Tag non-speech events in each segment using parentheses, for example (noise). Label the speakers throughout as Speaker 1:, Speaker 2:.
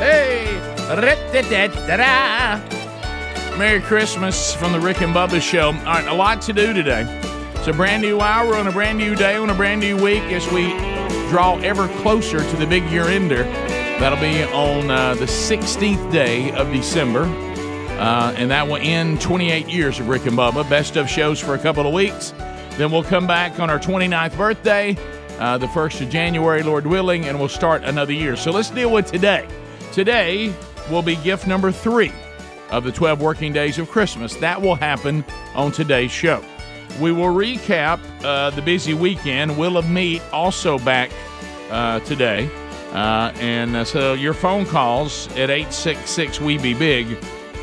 Speaker 1: Hey, Rit-ti-ti-ti-da. Merry Christmas from the Rick and Bubba Show. All right, a lot to do today. It's a brand new hour on a brand new day on a brand new week as we draw ever closer to the big year ender. That'll be on uh, the 16th day of December. Uh, and that will end 28 years of Rick and Bubba. Best of shows for a couple of weeks. Then we'll come back on our 29th birthday, uh, the 1st of January, Lord willing, and we'll start another year. So let's deal with today. Today will be gift number three of the 12 working days of Christmas. That will happen on today's show. We will recap uh, the busy weekend. Will of Meat also back uh, today. Uh, and uh, so your phone calls at 866 We Be Big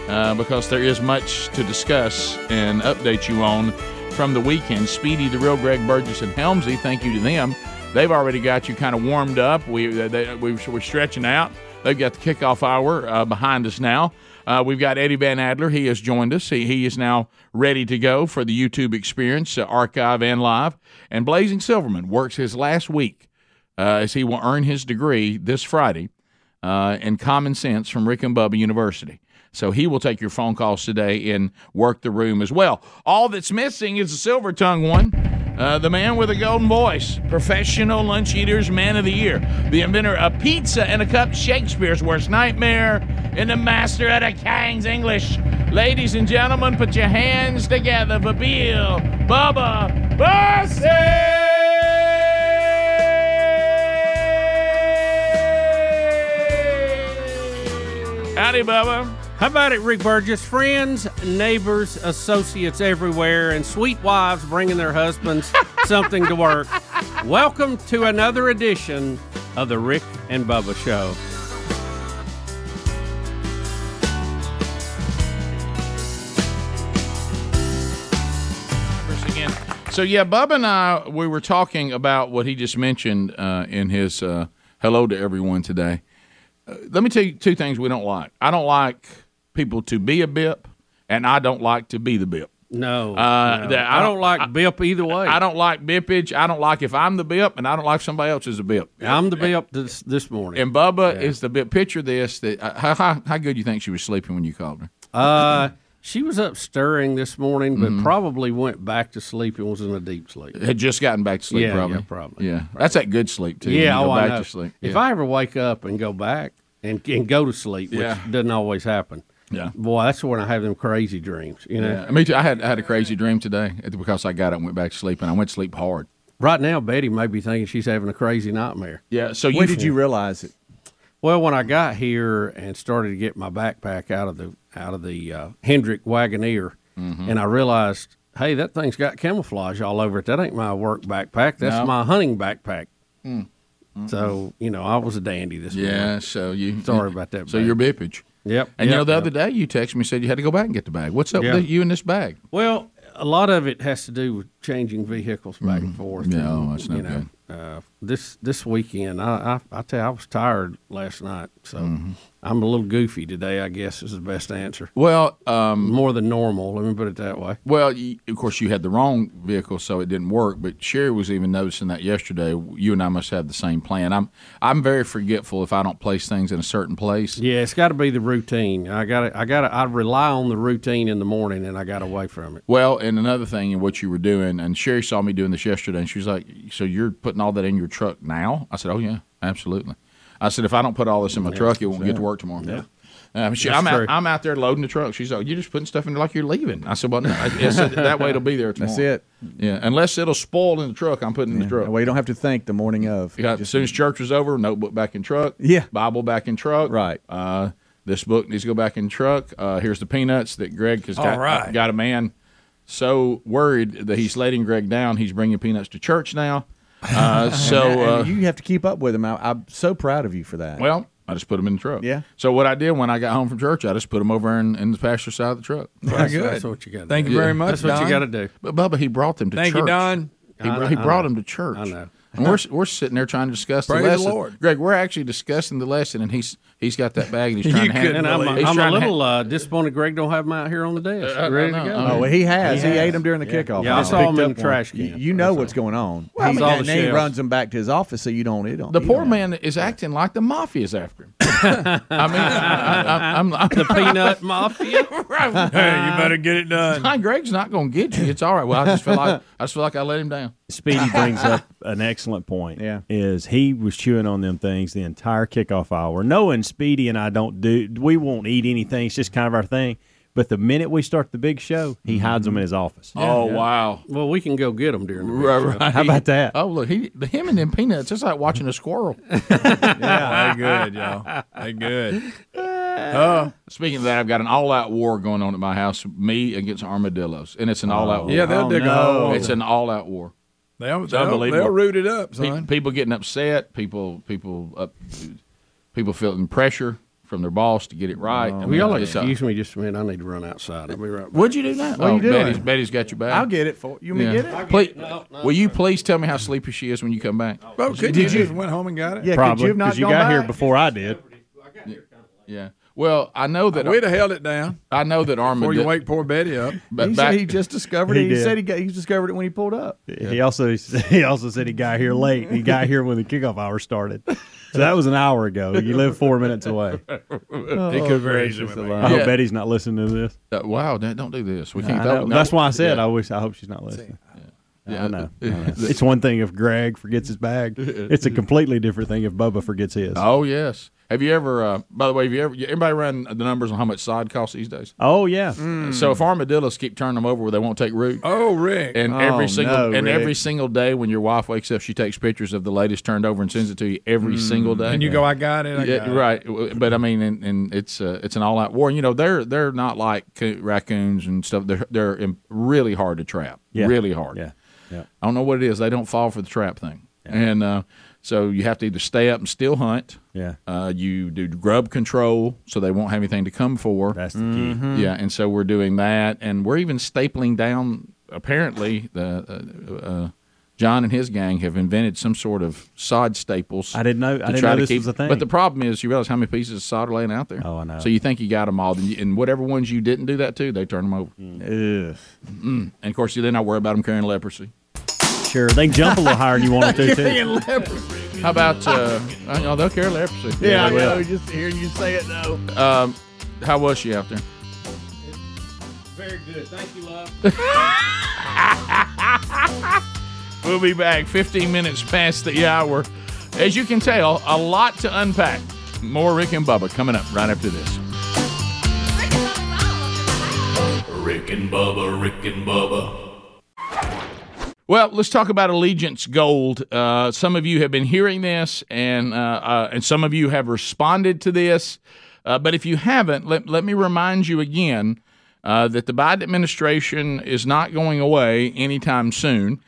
Speaker 1: uh, because there is much to discuss and update you on from the weekend. Speedy, the real Greg Burgess, and Helmsy, thank you to them. They've already got you kind of warmed up. We, uh, they, we, we're stretching out. They've got the kickoff hour uh, behind us now. Uh, we've got Eddie Van Adler. He has joined us. He, he is now ready to go for the YouTube experience, uh, archive and live. And Blazing Silverman works his last week uh, as he will earn his degree this Friday uh, in common sense from Rick and Bubba University. So he will take your phone calls today and work the room as well. All that's missing is the silver tongue one, uh, the man with a golden voice, professional lunch eaters, man of the year, the inventor of pizza and a cup, Shakespeare's worst nightmare, and the master of the King's English. Ladies and gentlemen, put your hands together for Bill Bubba Bussey! Howdy, Bubba.
Speaker 2: How about it, Rick Burgess? Friends, neighbors, associates everywhere, and sweet wives bringing their (laughs) husbands something to work. Welcome to another edition of the Rick and Bubba Show.
Speaker 1: First again. So yeah, Bub and I we were talking about what he just mentioned uh, in his uh, hello to everyone today. Uh, let me tell you two things we don't like. I don't like people to be a bip, and I don't like to be the bip.
Speaker 2: No,
Speaker 1: Uh,
Speaker 2: no.
Speaker 1: that- I
Speaker 2: I, don't
Speaker 1: don't-
Speaker 2: like Bip either way.
Speaker 1: I don't like bippage. I don't like if I'm the bip, and I don't like somebody else is a bip.
Speaker 2: I'm the Bip this, this morning.
Speaker 1: And Bubba is the bip. Picture this. That uh, how, how how good you think she was sleeping when you called her?
Speaker 2: Uh, she was up stirring this morning, but probably went back to sleep and was in a deep sleep.
Speaker 1: Had just gotten back to sleep.
Speaker 2: Yeah, yeah,
Speaker 1: probably.
Speaker 2: probably.
Speaker 1: Yeah, that's that good sleep too.
Speaker 2: Yeah,
Speaker 1: You
Speaker 2: oh,
Speaker 1: go
Speaker 2: I
Speaker 1: back
Speaker 2: know.
Speaker 1: to sleep.
Speaker 2: If
Speaker 1: Yeah.
Speaker 2: I ever wake up and go back and and go to sleep, which
Speaker 1: Yeah.
Speaker 2: doesn't always happen.
Speaker 1: Yeah.
Speaker 2: Boy, that's when I have them crazy dreams. You know,
Speaker 1: Yeah, me too. I had I had a crazy dream today because I got up and went back to sleep, and I went to sleep hard.
Speaker 2: right now Betty may be thinking she's having a crazy nightmare.
Speaker 1: Yeah. So
Speaker 3: When did you realize it?
Speaker 2: Well, when I got here and started to get my backpack out of the out of the uh, Hendrick Wagoneer,
Speaker 1: Mm-hmm.
Speaker 2: and I realized, hey, that thing's got camouflage all over it. That ain't my work backpack. That's
Speaker 1: No. Hmm. Mm-hmm.
Speaker 2: my hunting backpack. So you know, I was a dandy this morning.
Speaker 1: Yeah. So you.
Speaker 2: Sorry about that,
Speaker 1: So
Speaker 2: babe.
Speaker 1: your bippage.
Speaker 2: Yep.
Speaker 1: And you
Speaker 2: yep,
Speaker 1: know, the
Speaker 2: yep.
Speaker 1: other day you texted me said you had to go back and get the bag. What's up
Speaker 2: Yeah.
Speaker 1: with you in this bag?
Speaker 2: Well, a lot of it has to do with changing vehicles back
Speaker 3: Mm-hmm.
Speaker 2: and forth.
Speaker 1: No,
Speaker 3: oh,
Speaker 2: and,
Speaker 1: that's no
Speaker 2: you know,
Speaker 3: Mm-hmm.
Speaker 2: Uh, this this weekend, I, I I tell you, I was tired last night, so I'm a little goofy today, I guess is the best answer.
Speaker 1: Well,
Speaker 3: Mm.
Speaker 1: um,
Speaker 2: More than normal, let me put it that way.
Speaker 1: well, y- of course you had the wrong vehicle, so it didn't work. But Sherry was even noticing that yesterday. You and I must have the same plan. I'm I'm very forgetful if I don't place things in a certain place.
Speaker 2: Yeah, it's got to be the routine. I got to I got to I rely on the routine in the morning and I got away from it.
Speaker 1: Well, and another thing, and what you were doing, and Sherry saw me doing this yesterday, and she was like, "So you're putting all that in your truck now?" I said, "Oh yeah, absolutely." I said, "If I don't put all this in my truck, it won't get to work tomorrow." Yeah. Um, she,
Speaker 2: That's
Speaker 1: I'm,
Speaker 2: true.
Speaker 1: out, I'm out there loading the truck. She's like, "You're just putting stuff in like you're leaving." I said, "Well, no." I, I said, that way it'll be there tomorrow.
Speaker 3: That's it.
Speaker 1: Yeah, unless it'll spoil in the truck, I'm putting it in the truck.
Speaker 3: Well, you don't have to think the morning of.
Speaker 1: Yeah, as
Speaker 3: Just-
Speaker 1: soon as church was over, notebook back in truck.
Speaker 3: Yeah.
Speaker 1: Bible back in truck.
Speaker 3: Right.
Speaker 1: Uh, this book needs to go back in truck. Uh, here's the peanuts that Greg has got,
Speaker 4: All right.
Speaker 1: got a man so worried that he's letting Greg down. He's bringing peanuts to church now.
Speaker 4: (laughs)
Speaker 1: Uh, so, uh,
Speaker 3: and you have to keep up with them. I, I'm so proud of you for that.
Speaker 1: well, I just put them in the truck.
Speaker 3: Yeah.
Speaker 1: So what I did when I got home from church, I just put them over in, in the pastor side of the truck.
Speaker 4: That's,
Speaker 3: good.
Speaker 4: that's what you got.
Speaker 3: Thank you very much.
Speaker 2: That's what you
Speaker 3: Don.
Speaker 2: got to do.
Speaker 1: But Bubba, he brought them to
Speaker 4: Thank
Speaker 1: church.
Speaker 4: you, Don.
Speaker 1: He, br- he brought him to church. I
Speaker 2: know.
Speaker 1: And we're, we're sitting there trying to discuss
Speaker 4: Praise
Speaker 1: the
Speaker 4: the
Speaker 1: lesson.
Speaker 4: Lord.
Speaker 1: Greg, we're actually discussing the lesson, and he's he's got that bag
Speaker 4: (laughs)
Speaker 1: and he's trying to hand
Speaker 4: couldn't
Speaker 2: And I'm, a,
Speaker 1: He's
Speaker 2: I'm
Speaker 1: trying
Speaker 2: a
Speaker 1: to ha- Uh,
Speaker 2: little uh, disappointed Greg don't have them out here on the desk.
Speaker 1: I- I
Speaker 2: ready
Speaker 1: know.
Speaker 2: to go.
Speaker 1: I mean,
Speaker 3: Oh, well, he has. He ate them during the kickoff.
Speaker 2: Yeah, I
Speaker 3: just
Speaker 2: saw
Speaker 3: picked
Speaker 2: him in
Speaker 3: up
Speaker 2: the
Speaker 3: one.
Speaker 2: trash can.
Speaker 3: You, you know what's going on.
Speaker 2: Well, I
Speaker 3: He-
Speaker 2: mean, all
Speaker 3: and
Speaker 2: the
Speaker 3: he
Speaker 2: shelves.
Speaker 3: runs them back to his office, so you don't eat them.
Speaker 1: the poor man is acting like the mafia's after him. I mean, I, I, I'm, I'm the
Speaker 2: Peanut Mafia.
Speaker 1: (laughs)
Speaker 4: Hey,
Speaker 5: Um,
Speaker 4: you better get it done.
Speaker 1: Greg's not going to get you. It's all right. Well, I just feel like I just feel like I let him down.
Speaker 5: (laughs) Speedy brings up an excellent point.
Speaker 3: Yeah.
Speaker 5: Is he was chewing on them things the entire kickoff hour, knowing Speedy and I don't do, we won't eat anything. It's just kind of our thing. But the minute we start the big show, he hides them in his office.
Speaker 1: oh wow!
Speaker 2: Well, we can go get them
Speaker 3: (laughs)
Speaker 2: during the
Speaker 1: Right, right.
Speaker 5: How about that?
Speaker 1: Oh look, he him and them peanuts. It's like watching a squirrel.
Speaker 4: (laughs) Yeah, they good, y'all.
Speaker 1: (laughs)
Speaker 4: They good.
Speaker 1: Uh, Speaking of that, I've got an all-out war going on at my house. Me against armadillos, and it's an all-out. war.
Speaker 4: Oh. Yeah, they'll dig a hole.
Speaker 1: It's an all-out war.
Speaker 4: They'll, they'll,
Speaker 1: unbelievable.
Speaker 4: they'll root it up,
Speaker 1: Pe-
Speaker 4: son.
Speaker 1: people getting upset. People, people up. People feeling pressure from their boss to get it right.
Speaker 4: Oh,
Speaker 1: I
Speaker 2: We
Speaker 1: mean,
Speaker 2: all
Speaker 1: it's a-
Speaker 2: excuse me just a minute. I need to run outside. I'll be right back.
Speaker 1: What'd you do now?
Speaker 3: What are you doing?
Speaker 1: Oh, Betty's, Betty's got your bag.
Speaker 3: I'll get it for you. Want me to
Speaker 1: Yeah.
Speaker 3: get it?
Speaker 1: Please, will you please tell me how sleepy she is when you come back?
Speaker 4: Oh, could you just went home and got
Speaker 3: Yeah,
Speaker 4: it?
Speaker 3: could you
Speaker 5: Probably
Speaker 3: have not
Speaker 5: because you
Speaker 3: gone
Speaker 5: got
Speaker 3: back?
Speaker 5: here before I did.
Speaker 1: Yeah. Well, I know that
Speaker 4: We'd have held it down
Speaker 1: I know that
Speaker 4: before you
Speaker 1: armadillo.
Speaker 4: wake poor Betty up.
Speaker 1: But
Speaker 3: He
Speaker 1: back,
Speaker 3: said he just discovered
Speaker 5: He
Speaker 3: it. He
Speaker 5: did.
Speaker 3: said he, got, he discovered it when he pulled up.
Speaker 5: He also he also said he got here late. He got here when the kickoff hour started. So that was an hour ago. You live four minutes away.
Speaker 4: He could have raised him.
Speaker 5: I
Speaker 1: Yeah.
Speaker 5: hope Betty's not listening to this.
Speaker 1: uh, wow, Dad, don't do this. We can't.
Speaker 5: I know.
Speaker 1: talk-
Speaker 5: That's why I said
Speaker 1: Yeah.
Speaker 5: I wish. I hope she's not listening.
Speaker 1: Yeah, (laughs)
Speaker 5: I know. I know. it's one thing if Greg forgets his bag. It's a completely different thing if Bubba forgets his.
Speaker 1: Oh yes. Have you ever? Uh, by the way, have you ever? Everybody run the numbers on how much sod costs these days.
Speaker 5: Oh yeah,
Speaker 1: So if armadillos keep turning them over where they won't take root,
Speaker 4: Hmm. Oh, Rick.
Speaker 1: and every
Speaker 3: Oh,
Speaker 1: single
Speaker 3: no,
Speaker 1: and
Speaker 3: Rick.
Speaker 1: every single day when your wife wakes up, she takes pictures of the latest turned over and sends it to you every single day.
Speaker 4: Hmm. and you go, I got it. I got
Speaker 1: Yeah,
Speaker 4: it.
Speaker 1: right. W- But I mean, and, and it's uh, it's an all out war. And, you know, they're they're not like c- raccoons and stuff. They're they're im- really hard to trap.
Speaker 5: Yeah.
Speaker 1: Really hard.
Speaker 5: Yeah. Yeah.
Speaker 1: I don't know what it is. They don't fall for the trap thing. And uh, so you have to either stay up and still hunt.
Speaker 5: Yeah.
Speaker 1: Uh, you do grub control so they won't have anything to come for. Mm-hmm.
Speaker 5: that's the key.
Speaker 1: Yeah, and so we're doing that, and we're even stapling down. Apparently, the uh, uh, John and his gang have invented some sort of sod staples.
Speaker 5: I didn't know- I
Speaker 1: to
Speaker 5: didn't
Speaker 1: try
Speaker 5: know
Speaker 1: to
Speaker 5: this
Speaker 1: keep-
Speaker 5: was a thing.
Speaker 1: But the problem is, you realize how many pieces of sod are laying out there.
Speaker 5: Oh, I know.
Speaker 1: So you think you got them all, and, you- and whatever ones you didn't do that to, they turn them over.
Speaker 5: Mm.
Speaker 1: Mm.
Speaker 3: Ugh.
Speaker 1: And of course, you then I worry about them carrying leprosy.
Speaker 5: (laughs) Sure, they can jump a little higher than you want them to
Speaker 1: (laughs)
Speaker 5: too.
Speaker 1: How about uh, I know they'll carry leprosy?
Speaker 3: Yeah, I
Speaker 5: they will.
Speaker 3: know. Just hearing you say it, though.
Speaker 1: Um, how was she out there?
Speaker 2: Very good. Thank you, love.
Speaker 1: (laughs) We'll be back 15 minutes past the hour. As you can tell, a lot to unpack. More Rick and Bubba coming up right after this.
Speaker 6: Rick and Bubba, Rick and Bubba,
Speaker 1: Well, let's talk about Allegiance Gold. Uh, some of you have been hearing this, and uh, uh, and some of you have responded to this. Uh, but if you haven't, let, let me remind you again uh, that the Biden administration is not going away anytime soon.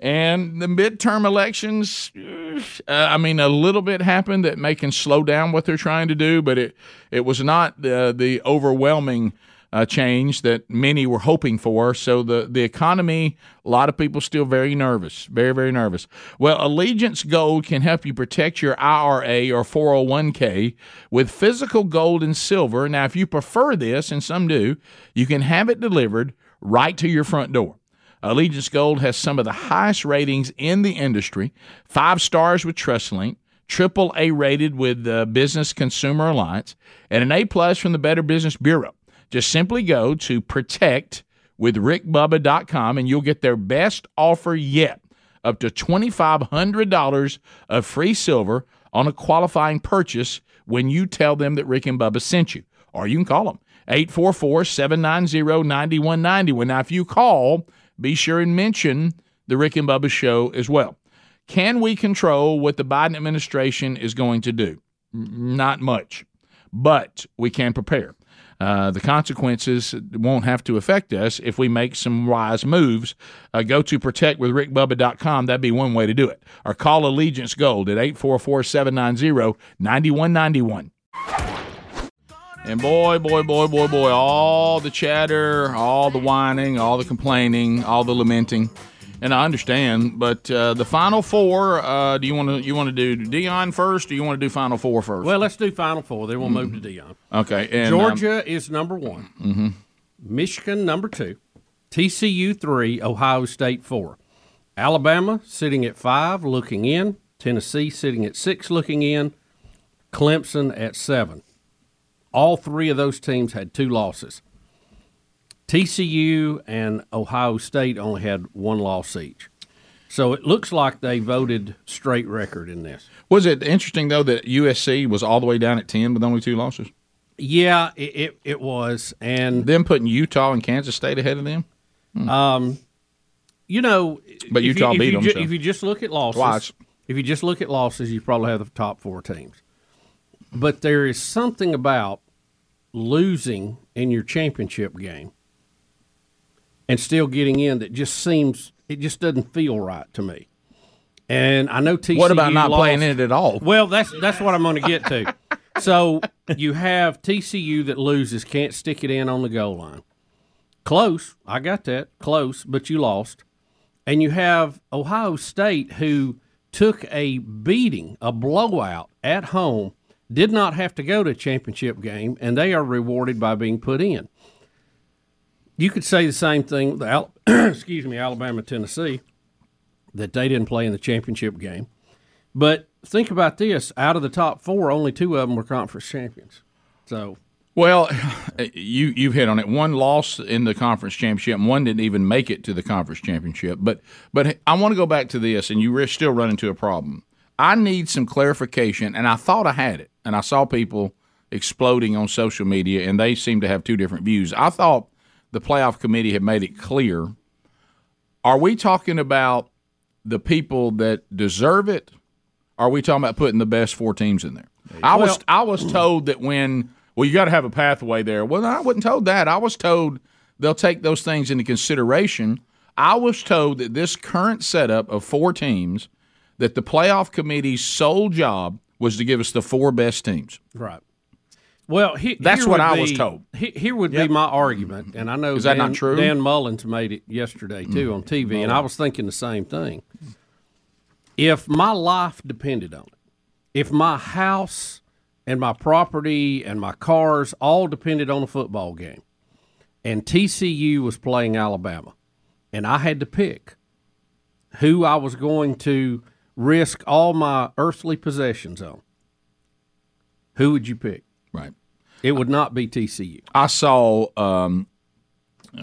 Speaker 1: And the midterm elections, eh, uh, I mean, a little bit happened that may can slow down what they're trying to do, but it it was not the the overwhelming uh, change that many were hoping for. So the the economy, a lot of people still very nervous, very very nervous. Well, Allegiance Gold can help you protect your IRA or 401k with physical gold and silver. Now, if you prefer this, and some do, you can have it delivered right to your front door. Allegiance Gold has some of the highest ratings in the industry five stars with TrustLink, triple A rated with the Business Consumer Alliance, and an A plus from the Better Business Bureau. Just simply go to protect with rickbubba.com and you'll get their best offer yet up to $2,500 of free silver on a qualifying purchase when you tell them that Rick and Bubba sent you. Or you can call them 844 790 9191. Now, if you call, be sure and mention the Rick and Bubba show as well. Can we control what the Biden administration is going to do? N- Not much, but we can prepare. Uh, the consequences won't have to affect us if we make some wise moves. Uh, go to protectwithrickbubba.com. That'd be one way to do it. Or call Allegiance Gold at 844 790 9191. And boy, boy, boy, boy, boy, all the chatter, all the whining, all the complaining, all the lamenting. And I understand, but uh, the final four. Uh, do you want to you want to do Dion first, or you want to do final four first?
Speaker 2: Well, let's do Final Four. Then we'll move to Dion.
Speaker 1: okay, and, um, Mm-hmm.
Speaker 2: Georgia is number one. Michigan number two. TCU three. Ohio State four. Alabama sitting at five, looking in. Tennessee sitting at six, looking in. Clemson at seven. All three of those teams had two losses. TCU and Ohio State only had one loss each. So it looks like they voted straight record in this.
Speaker 1: was it interesting though that USC was all the way down at ten with only two losses?
Speaker 2: Yeah, it, it, it was. And,
Speaker 1: Them putting Utah and Kansas State ahead of them.
Speaker 2: you know,
Speaker 1: But
Speaker 2: if
Speaker 1: Utah
Speaker 2: you, if
Speaker 1: beat
Speaker 2: you
Speaker 1: them,
Speaker 2: ju-
Speaker 1: so.
Speaker 2: If you just look at losses,
Speaker 1: Twice.
Speaker 2: if you just look at losses, you probably have the top four teams. But there is something about losing in your championship game and still getting in that just seems it just doesn't feel right to me. And I know TCU.
Speaker 1: What about not
Speaker 2: lost-
Speaker 1: playing in it at all?
Speaker 2: Well, that's that's what I'm going to get to. So you have TCU that loses, can't stick it in on the goal line. Close, I got that. Close, but you lost. And you have Ohio State who took a beating, a blowout at home, did not have to go to a championship game, and they are rewarded by being put in. You could say the same thing with Al- (clears throat) excuse me, Alabama, Tennessee, that they didn't play in the championship game. But think about this: out of the top four, only two of them were conference champions. So
Speaker 1: Well, (sighs) you you've hit on it. One loss in the conference championship, and one didn't even make it to the conference championship. But but I want to go back to this, and you re- still run into a problem. I need some clarification, and I thought I had it, and I saw people exploding on social media, and they seem to have two different views. I thought the playoff committee had made it clear. Are we talking about the people that deserve it? Are we talking about putting the best four teams in there? I was I was told that when well you got to have a pathway there. Well, I wasn't told that. I was told they'll take those things into consideration. I was told that this current setup of four teams, that the playoff committee's sole job was to give us the four best teams.
Speaker 2: right. Well, he,
Speaker 1: That's
Speaker 2: here
Speaker 1: what
Speaker 2: would
Speaker 1: I was
Speaker 2: be-
Speaker 1: told.
Speaker 2: he- here would be my argument, and I know
Speaker 1: Is that
Speaker 2: Dan,
Speaker 1: not true? Hmm.
Speaker 2: Dan Mullins made it yesterday too on TV, and I was thinking the same thing. If my life depended on it, if my house and my property and my cars all depended on a football game, and TCU was playing Alabama, and I had to pick who I was going to risk all my earthly possessions on, who would you pick?
Speaker 1: Right.
Speaker 2: It would not be TCU.
Speaker 1: I saw. Um,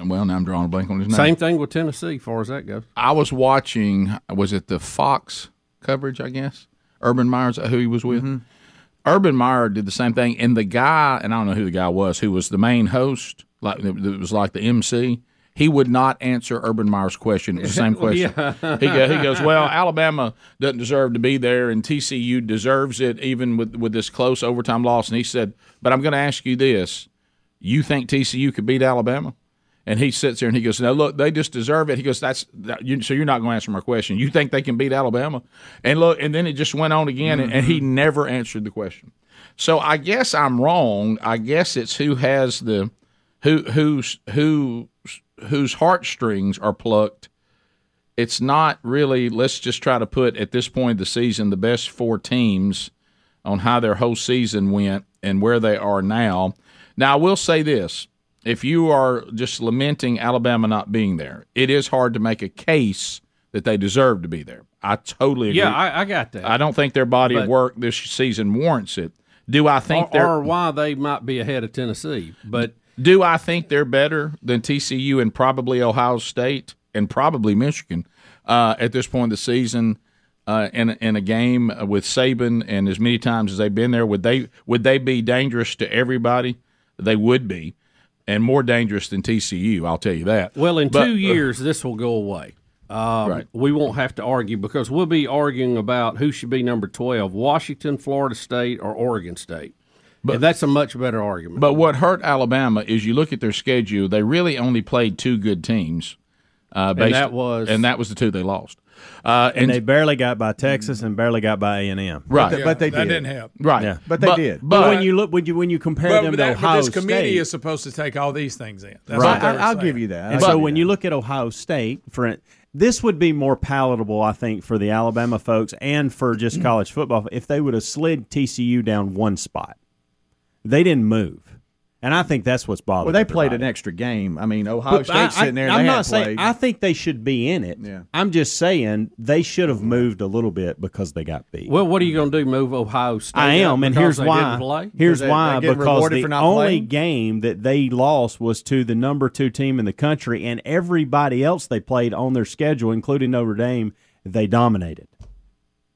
Speaker 1: well, now I'm drawing a blank on his name.
Speaker 2: Same thing with Tennessee, far as that goes.
Speaker 1: I was watching. Was it the Fox coverage? I guess Urban Meyer is that who he was with. Urban Meyer did the same thing, and the guy, and I don't know who the guy was, who was the main host, like it was like the MC. He would not answer Urban Meyer's question. It was the same question. he, go, he goes, "Well, Alabama doesn't deserve to be there, and TCU deserves it, even with with this close overtime loss." And he said, "But I'm going to ask you this: you think TCU could beat Alabama?" And he sits there and he goes, "No, look, they just deserve it." He goes, "That's that, you, so you're not going to answer my question. You think they can beat Alabama?" And look, and then it just went on again, and, and he never answered the question. So I guess I'm wrong. I guess it's who has the who who's who whose heartstrings are plucked. It's not really. Let's just try to put at this point of the season the best four teams on how their whole season went and where they are now. Now I will say this: if you are just lamenting Alabama not being there, it is hard to make a case that they deserve to be there. I totally agree.
Speaker 2: Yeah, I, I got that.
Speaker 1: I don't think their body of
Speaker 2: But-
Speaker 1: work this season warrants it. Do I think
Speaker 2: or,
Speaker 1: they're
Speaker 2: or why they might be ahead of Tennessee, but
Speaker 1: do I think they're better than TCU and probably Ohio State and probably Michigan uh, at this point of the season? Uh, in in a game with Saban and as many times as they've been there, would they would they be dangerous to everybody? They would be, and more dangerous than TCU. I'll tell you that.
Speaker 2: well, in
Speaker 1: But- uh,
Speaker 2: two years this will go away. Um,
Speaker 1: Right.
Speaker 2: We won't have to argue because we'll be arguing about who should be number twelve: Washington, Florida State, or Oregon State. But that's a much better argument.
Speaker 1: But what hurt Alabama is you look at their schedule; they really only played two good teams. Uh, based,
Speaker 2: that was-
Speaker 1: and that was the two they lost. Uh,
Speaker 5: And they barely got by Texas and barely got by A and M.
Speaker 1: right,
Speaker 3: But they
Speaker 4: that
Speaker 3: did.
Speaker 4: didn't help.
Speaker 1: right,
Speaker 5: Yeah.
Speaker 3: But they did.
Speaker 5: But when you look when you when you compare
Speaker 4: But,
Speaker 5: them
Speaker 4: but
Speaker 5: to
Speaker 4: that, but
Speaker 5: Ohio
Speaker 4: this committee
Speaker 5: State,
Speaker 4: is supposed to take all these things in. That's
Speaker 1: Right.
Speaker 4: what they
Speaker 3: I,
Speaker 4: were
Speaker 3: I'll
Speaker 4: saying.
Speaker 3: give you that.
Speaker 5: And so when you look at Ohio State, for it- this would be more palatable, I think, for the Alabama folks and for just college football if they would have slid TCU down one spot. They didn't move, and I think that's what's bothering.
Speaker 3: well, they played an
Speaker 5: everybody.
Speaker 3: extra game. I mean, Ohio
Speaker 5: But
Speaker 3: State's
Speaker 5: I,
Speaker 3: sitting there. And
Speaker 5: am
Speaker 3: they
Speaker 5: not
Speaker 3: had
Speaker 5: saying
Speaker 3: played.
Speaker 5: I think they should be in it.
Speaker 3: Yeah.
Speaker 5: I'm just saying they should have moved a little bit because they got beat.
Speaker 2: well, what are you going to do? Move Ohio State?
Speaker 5: I
Speaker 2: up
Speaker 5: am, and
Speaker 2: because
Speaker 5: here's
Speaker 2: they
Speaker 5: why.
Speaker 2: Didn't play?
Speaker 5: Here's
Speaker 3: Because they-
Speaker 5: why
Speaker 3: they get
Speaker 5: because
Speaker 3: rewarded
Speaker 5: the
Speaker 3: for not
Speaker 5: only
Speaker 3: playing?
Speaker 5: game that they lost was to the number two team in the country, and everybody else they played on their schedule, including Notre Dame, they dominated.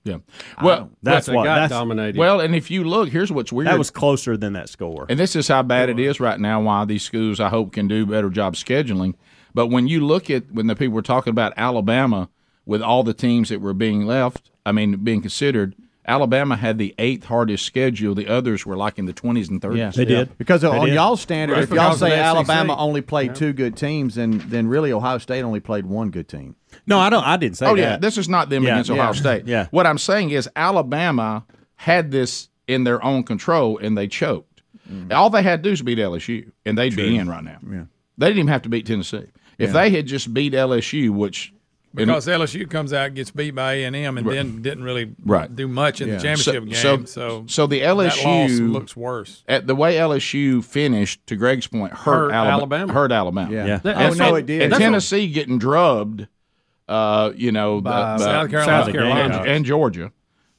Speaker 1: yeah. Well,
Speaker 5: That's
Speaker 2: they
Speaker 5: why.
Speaker 2: got
Speaker 5: That's,
Speaker 2: dominated.
Speaker 1: Well, and if you look, here's what's weird.
Speaker 5: that was closer than that score.
Speaker 1: and this is how bad it is right now. Why these schools, I hope, can do better job scheduling. But when you look at when the people were talking about Alabama with all the teams that were being left, I mean, being considered, Alabama had the eighth hardest schedule. The others were like in the twenties and thirties.
Speaker 5: They did.
Speaker 3: Because
Speaker 5: They
Speaker 3: on
Speaker 5: did.
Speaker 3: y'all standard,
Speaker 4: Right.
Speaker 3: if y'all
Speaker 4: Because of
Speaker 3: say
Speaker 4: the SEC.
Speaker 3: Alabama only played two good teams, then then really Ohio State only played one good team.
Speaker 5: No, I don't. I didn't say
Speaker 1: Oh
Speaker 5: that.
Speaker 1: yeah, this is not them
Speaker 5: Yeah,
Speaker 1: against Ohio
Speaker 5: yeah,
Speaker 1: State.
Speaker 5: yeah.
Speaker 1: What I'm saying is Alabama had this in their own control and they choked.
Speaker 5: Mm.
Speaker 1: All they had to do is beat LSU and they'd be in right now. Yeah. They didn't even have to beat Tennessee. If they had just beat LSU, which and-
Speaker 4: Because LSU comes out and gets beat by A and M, and then didn't really
Speaker 1: Right.
Speaker 4: do much in the championship
Speaker 1: So- so-
Speaker 4: game. So,
Speaker 1: so the
Speaker 4: that loss
Speaker 1: LSU
Speaker 4: looks worse.
Speaker 1: at the way LSU finished, to Greg's point, hurt,
Speaker 2: Hurt
Speaker 1: Alaba-
Speaker 2: Alabama.
Speaker 1: Hurt Alabama.
Speaker 3: Yeah.
Speaker 5: Yeah.
Speaker 2: That-
Speaker 3: Oh,
Speaker 2: that's
Speaker 1: And,
Speaker 3: no,
Speaker 2: what-
Speaker 3: it did.
Speaker 1: and
Speaker 3: That's
Speaker 1: Tennessee getting drubbed, uh, you know, by- by-
Speaker 4: South Carolina,
Speaker 2: South
Speaker 1: and,
Speaker 2: Carolina.
Speaker 1: and Georgia.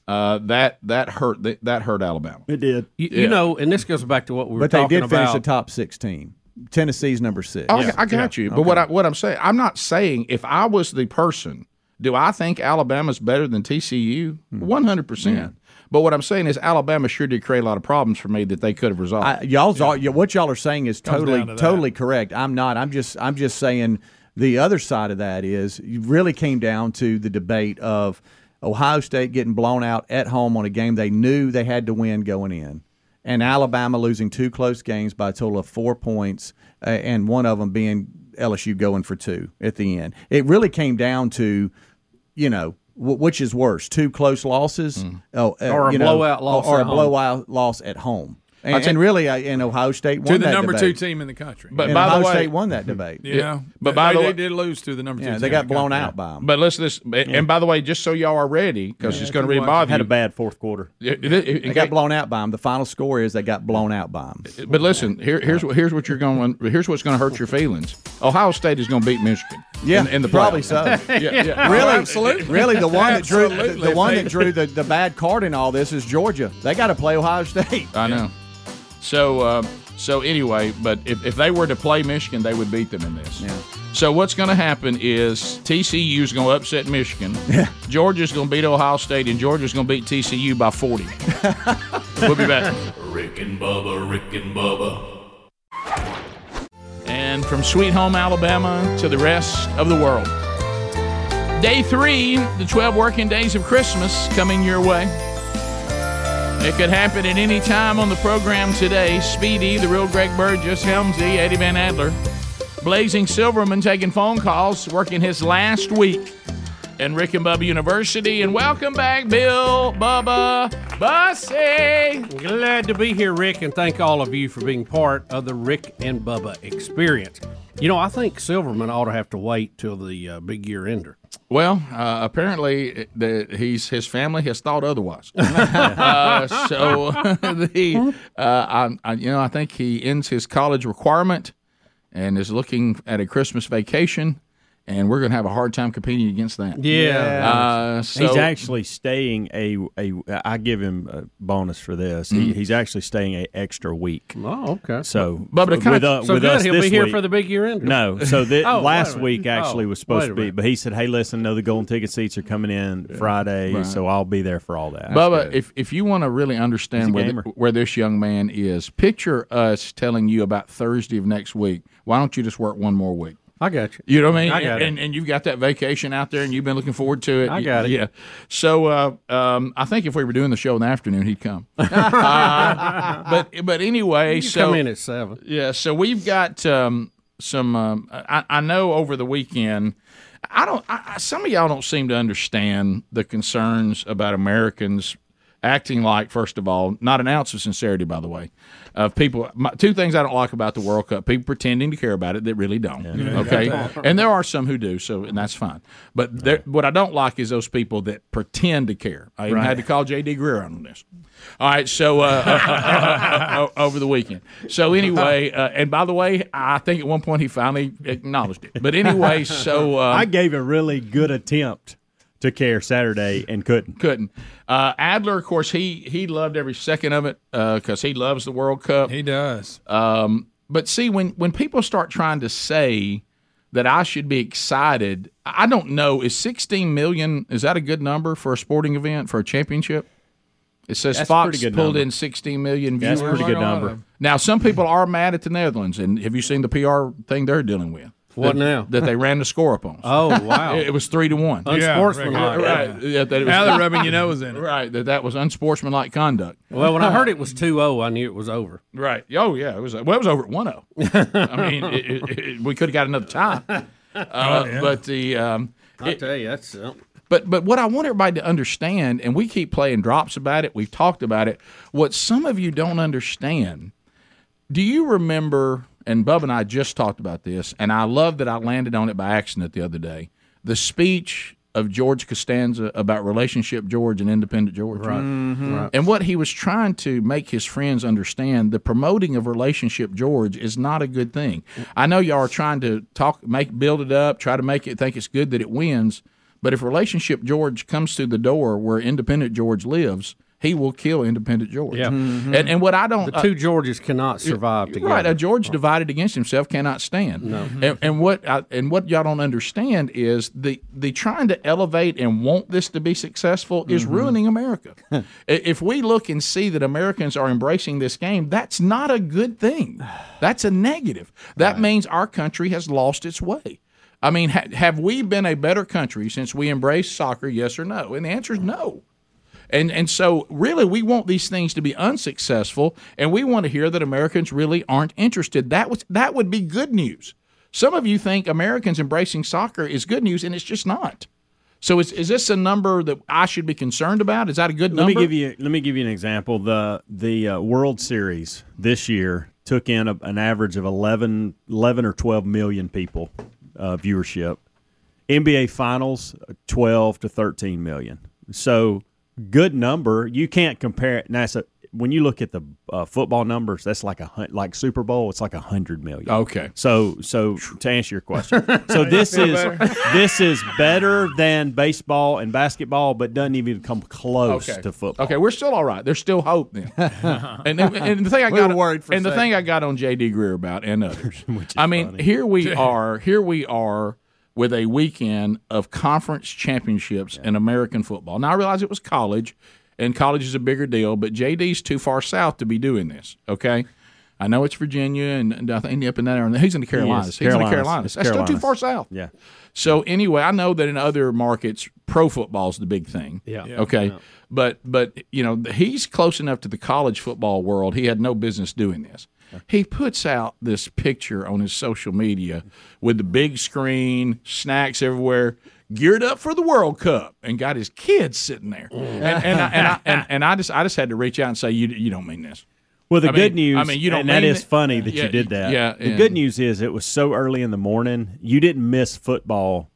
Speaker 1: Uh, that that hurt that, that hurt Alabama.
Speaker 5: It did.
Speaker 2: You, you
Speaker 1: Yeah.
Speaker 2: know, and this goes back to what we were
Speaker 3: But they
Speaker 2: talking
Speaker 3: did finish
Speaker 2: about.
Speaker 3: the top six team. Tennessee's number six.
Speaker 1: Oh, I got you. But what I, what I'm saying, I'm not saying if I was the person, do I think Alabama's better than TCU? One hundred percent. But what I'm saying is Alabama sure did create a lot of problems for me that they could have resolved.
Speaker 3: I, y'all's all, yeah, what y'all are saying is totally
Speaker 4: down to that.
Speaker 3: totally correct. I'm not. I'm just I'm just saying the other side of that is you really came down to the debate of Ohio State getting blown out at home on a game they knew they had to win going in, and Alabama losing two close games by a total of four points, uh, and one of them being LSU going for two at the end. It really came down to, you know. wh- Which is worse, two close losses, oh, uh,
Speaker 2: Mm-hmm. Or a
Speaker 3: you know,
Speaker 2: blowout loss
Speaker 3: or
Speaker 2: at
Speaker 3: a
Speaker 2: home.
Speaker 3: blowout loss at home? And, and really, uh, and Ohio State won
Speaker 4: To the
Speaker 3: that
Speaker 4: number two
Speaker 3: debate.
Speaker 4: team in the country.
Speaker 1: But
Speaker 3: And
Speaker 1: by
Speaker 3: Ohio
Speaker 1: the way,
Speaker 3: State won
Speaker 1: (laughs)
Speaker 3: that debate. Yeah,
Speaker 4: you know,
Speaker 1: but by
Speaker 4: they,
Speaker 1: the
Speaker 4: they
Speaker 1: way-
Speaker 4: did lose to the number two.
Speaker 3: they
Speaker 4: team
Speaker 3: got
Speaker 4: in the
Speaker 3: blown
Speaker 4: country.
Speaker 3: out by them.
Speaker 1: but listen, to this and by the way, just so y'all are ready, because it's going to really bother
Speaker 5: Had a
Speaker 1: you.
Speaker 5: bad fourth quarter.
Speaker 1: It- it- it-
Speaker 3: They got blown out by them. The final score is they got blown out by them.
Speaker 1: But listen, here, here's what here's what you're going. Here's what's going to hurt your feelings. Ohio State is going to beat Michigan.
Speaker 3: Yeah,
Speaker 1: in, in the
Speaker 3: probably
Speaker 1: playoffs.
Speaker 3: so.
Speaker 1: (laughs) Yeah, Oh,
Speaker 3: (laughs)
Speaker 1: yeah.
Speaker 3: Really,
Speaker 4: absolutely.
Speaker 3: Really, the one that drew the,
Speaker 4: Absolutely.
Speaker 3: one that drew the, the bad card in all this is Georgia. They got to play Ohio State.
Speaker 1: I know. So uh, so anyway, but if, if they were to play Michigan, they would beat them in this.
Speaker 3: Yeah.
Speaker 1: So what's going to happen is TCU is going to upset Michigan. Georgia's going to beat Ohio State, and Georgia's going to beat TCU by forty. we'll be back.
Speaker 6: Rick and Bubba, Rick and Bubba,
Speaker 1: And from Sweet Home Alabama to the rest of the world. Day three, the 12 working days of Christmas coming your way. It could happen at any time on the program today. Speedy, the real Greg Burgess, Helmsy, E, Eddie Van Adler, Blazing Silverman taking phone calls, working his last week and Rick and Bubba University. And welcome back, Bill, Bubba, Bussy.
Speaker 2: Glad to be here, Rick, and thank all of you for being part of the Rick and Bubba experience. You know, I think Silverman ought to have to wait till the uh, big year ender.
Speaker 1: Well, uh, apparently, the, he's his family has thought otherwise. (laughs) uh, so, (laughs) the uh, I, I, you know, I think he ends his college requirement and is looking at a Christmas vacation, and we're going to have a hard time competing against that.
Speaker 2: Yeah.
Speaker 1: Uh, so,
Speaker 5: he's actually staying a, a. I give him a bonus for this. He, he's actually staying a extra week.
Speaker 2: Oh, okay.
Speaker 5: So,
Speaker 1: But it
Speaker 5: with,
Speaker 1: kinda-
Speaker 5: uh,
Speaker 2: So
Speaker 5: with
Speaker 2: good,
Speaker 5: us
Speaker 2: he'll
Speaker 5: this
Speaker 2: be here
Speaker 5: week-
Speaker 2: for the big year ender.
Speaker 5: No, so (laughs) that
Speaker 2: Oh, wait a
Speaker 5: last
Speaker 2: minute.
Speaker 5: week actually
Speaker 2: Oh,
Speaker 5: was
Speaker 2: wait
Speaker 5: supposed
Speaker 2: a
Speaker 5: to be,
Speaker 2: minute.
Speaker 5: but he said, "Hey, listen, no, the golden ticket seats are coming in Friday, so I'll be there for all that."
Speaker 1: Bubba, if, if you want to really understand
Speaker 5: He's a
Speaker 1: where,
Speaker 5: gamer.
Speaker 1: th- where this young man is, picture us telling you about Thursday of next week. Why don't you just work one more week?
Speaker 2: I got you.
Speaker 1: You know what I mean?
Speaker 2: I got it.
Speaker 1: and, and you've got that vacation out there, and you've been looking forward to it.
Speaker 2: I got it.
Speaker 1: Yeah. So uh, um, I think if we were doing the show in the afternoon, he'd come. (laughs) Uh, but but anyway,
Speaker 2: You
Speaker 1: so
Speaker 2: come in at seven.
Speaker 1: yeah, so we've got um, some. Um, I, I know over the weekend, I don't. I, I- some of y'all don't seem to understand the concerns about Americans acting like, first of all, not an ounce of sincerity. By the way, of people. My, two things I don't like about the World Cup: people pretending to care about it that really don't. Okay, and there are some who do, so and that's fine. But there, what I don't like is those people that pretend to care. I even had to call J.D. Greer on this. All right, so uh, o- over the weekend.
Speaker 5: Uh-huh.
Speaker 1: So anyway, uh, and by the way, I think at one point he finally acknowledged it.
Speaker 5: (laughs)
Speaker 1: But anyway, so uh,
Speaker 5: I gave a really good attempt to care Saturday and couldn't.
Speaker 1: couldn't. Uh, Adler, of course, he he loved every second of it because he loves the World Cup.
Speaker 4: He does.
Speaker 1: But see, when when people start trying to say that I should be excited, I I don't know. Is sixteen million is that a good number for a sporting event for a championship? It says
Speaker 5: That's a
Speaker 1: Fox
Speaker 5: pretty good
Speaker 1: pulled
Speaker 5: number.
Speaker 1: in sixteen million viewers.
Speaker 5: That's a pretty good number.
Speaker 1: Now, some people are mad at the Netherlands, and have you seen the PR thing they're dealing with?
Speaker 2: What
Speaker 1: that,
Speaker 2: now?
Speaker 1: That they ran the score up on. us.
Speaker 2: Oh, (laughs) wow.
Speaker 1: It, it was three to one.
Speaker 2: Unsportsmanlike.
Speaker 1: right. Yeah, that it was,
Speaker 4: Oh, Now they're rubbing your nose in it.
Speaker 1: right. That that was unsportsmanlike conduct.
Speaker 2: Well, when I heard it was 2 0, I knew it was over.
Speaker 1: Right. Oh yeah. It was. Well, it was over at one zero. I mean, it, it, it, we could have got another time. Uh, But the um,
Speaker 2: I tell you, that's something.
Speaker 1: But but what I want everybody to understand, and we keep playing drops about it. We've talked about it. What some of you don't understand. Do you remember? And Bub and I just talked about this, and I love that I landed on it by accident the other day. The speech of George Costanza about relationship George and independent George, right? And what he was trying to make his friends understand, the promoting of relationship George is not a good thing. I know y'all are trying to talk, make, build it up, try to make it think it's good that it wins. But if relationship George comes through the door where independent George lives, he will kill independent George.
Speaker 2: Yeah.
Speaker 1: And, and what I don't
Speaker 2: The two Georges cannot survive together.
Speaker 1: Right, a George divided against himself cannot stand. No. And, and what I, and what y'all don't understand is the the trying to elevate and want this to be successful is ruining America. I- if we look and see that Americans are embracing this game, that's not a good thing. That's a negative. That means our country has lost its way. I mean, ha- have we been a better country since we embraced soccer? Yes or no? And the answer is no. And and so really we want these things to be unsuccessful and we want to hear that Americans really aren't interested. That was that would be good news. Some of you think Americans embracing soccer is good news and it's just not. So is is this a number that I should be concerned about? Is that a good
Speaker 5: Let
Speaker 1: number?
Speaker 5: me give you. Let me give you an example. The the uh, World Series this year took in a, an average of 11, 11 or twelve million people uh, viewership. NBA Finals uh, twelve to thirteen million. So good number. You can't compare it. Now it's a, when you look at the uh, football numbers, that's like a hun- like Super Bowl. It's like a hundred million.
Speaker 1: Okay.
Speaker 5: So so to answer your question, so this is this is better than baseball and basketball, but doesn't even come close
Speaker 1: Okay.
Speaker 5: to football.
Speaker 1: Okay, we're still all right. There's still
Speaker 5: (laughs)
Speaker 1: hope then. and, and, the thing I
Speaker 3: (laughs) We
Speaker 1: got
Speaker 3: were worried for a
Speaker 1: and the
Speaker 3: second.
Speaker 1: thing I got on J.D. Greer
Speaker 5: (laughs)
Speaker 1: about and others. I mean, here we are. Here we are with a weekend of conference championships in American football. Now I realize it was college, and college is a bigger deal, but J.D.'s too far south to be doing this. Okay. I know it's Virginia and, and I think up in that area. He's in the Carolinas. He's in the
Speaker 5: Carolinas.
Speaker 1: Carolinas.
Speaker 5: It's
Speaker 1: That's still too
Speaker 5: Carolinas.
Speaker 1: far south.
Speaker 5: Yeah.
Speaker 1: So anyway, I know that in other markets, pro football's the big thing.
Speaker 2: Yeah. Yeah.
Speaker 1: Okay. But but you know he's close enough to the college football world. He had no business doing this. He puts out this picture on his social media with the big screen, snacks everywhere, geared up for the World Cup and got his kids sitting there.
Speaker 5: Mm.
Speaker 1: And, and, I, and, I, and,
Speaker 5: (laughs)
Speaker 1: and I just I just had to reach out and say, you, you don't mean this.
Speaker 5: Well, the
Speaker 1: I mean-
Speaker 5: good news,
Speaker 1: I mean, you don't
Speaker 5: and that
Speaker 1: mean
Speaker 5: is
Speaker 1: it-
Speaker 5: funny that
Speaker 1: yeah,
Speaker 5: you did that.
Speaker 1: yeah,
Speaker 5: the
Speaker 1: and-
Speaker 5: good news is it was so early in the morning, you didn't miss football,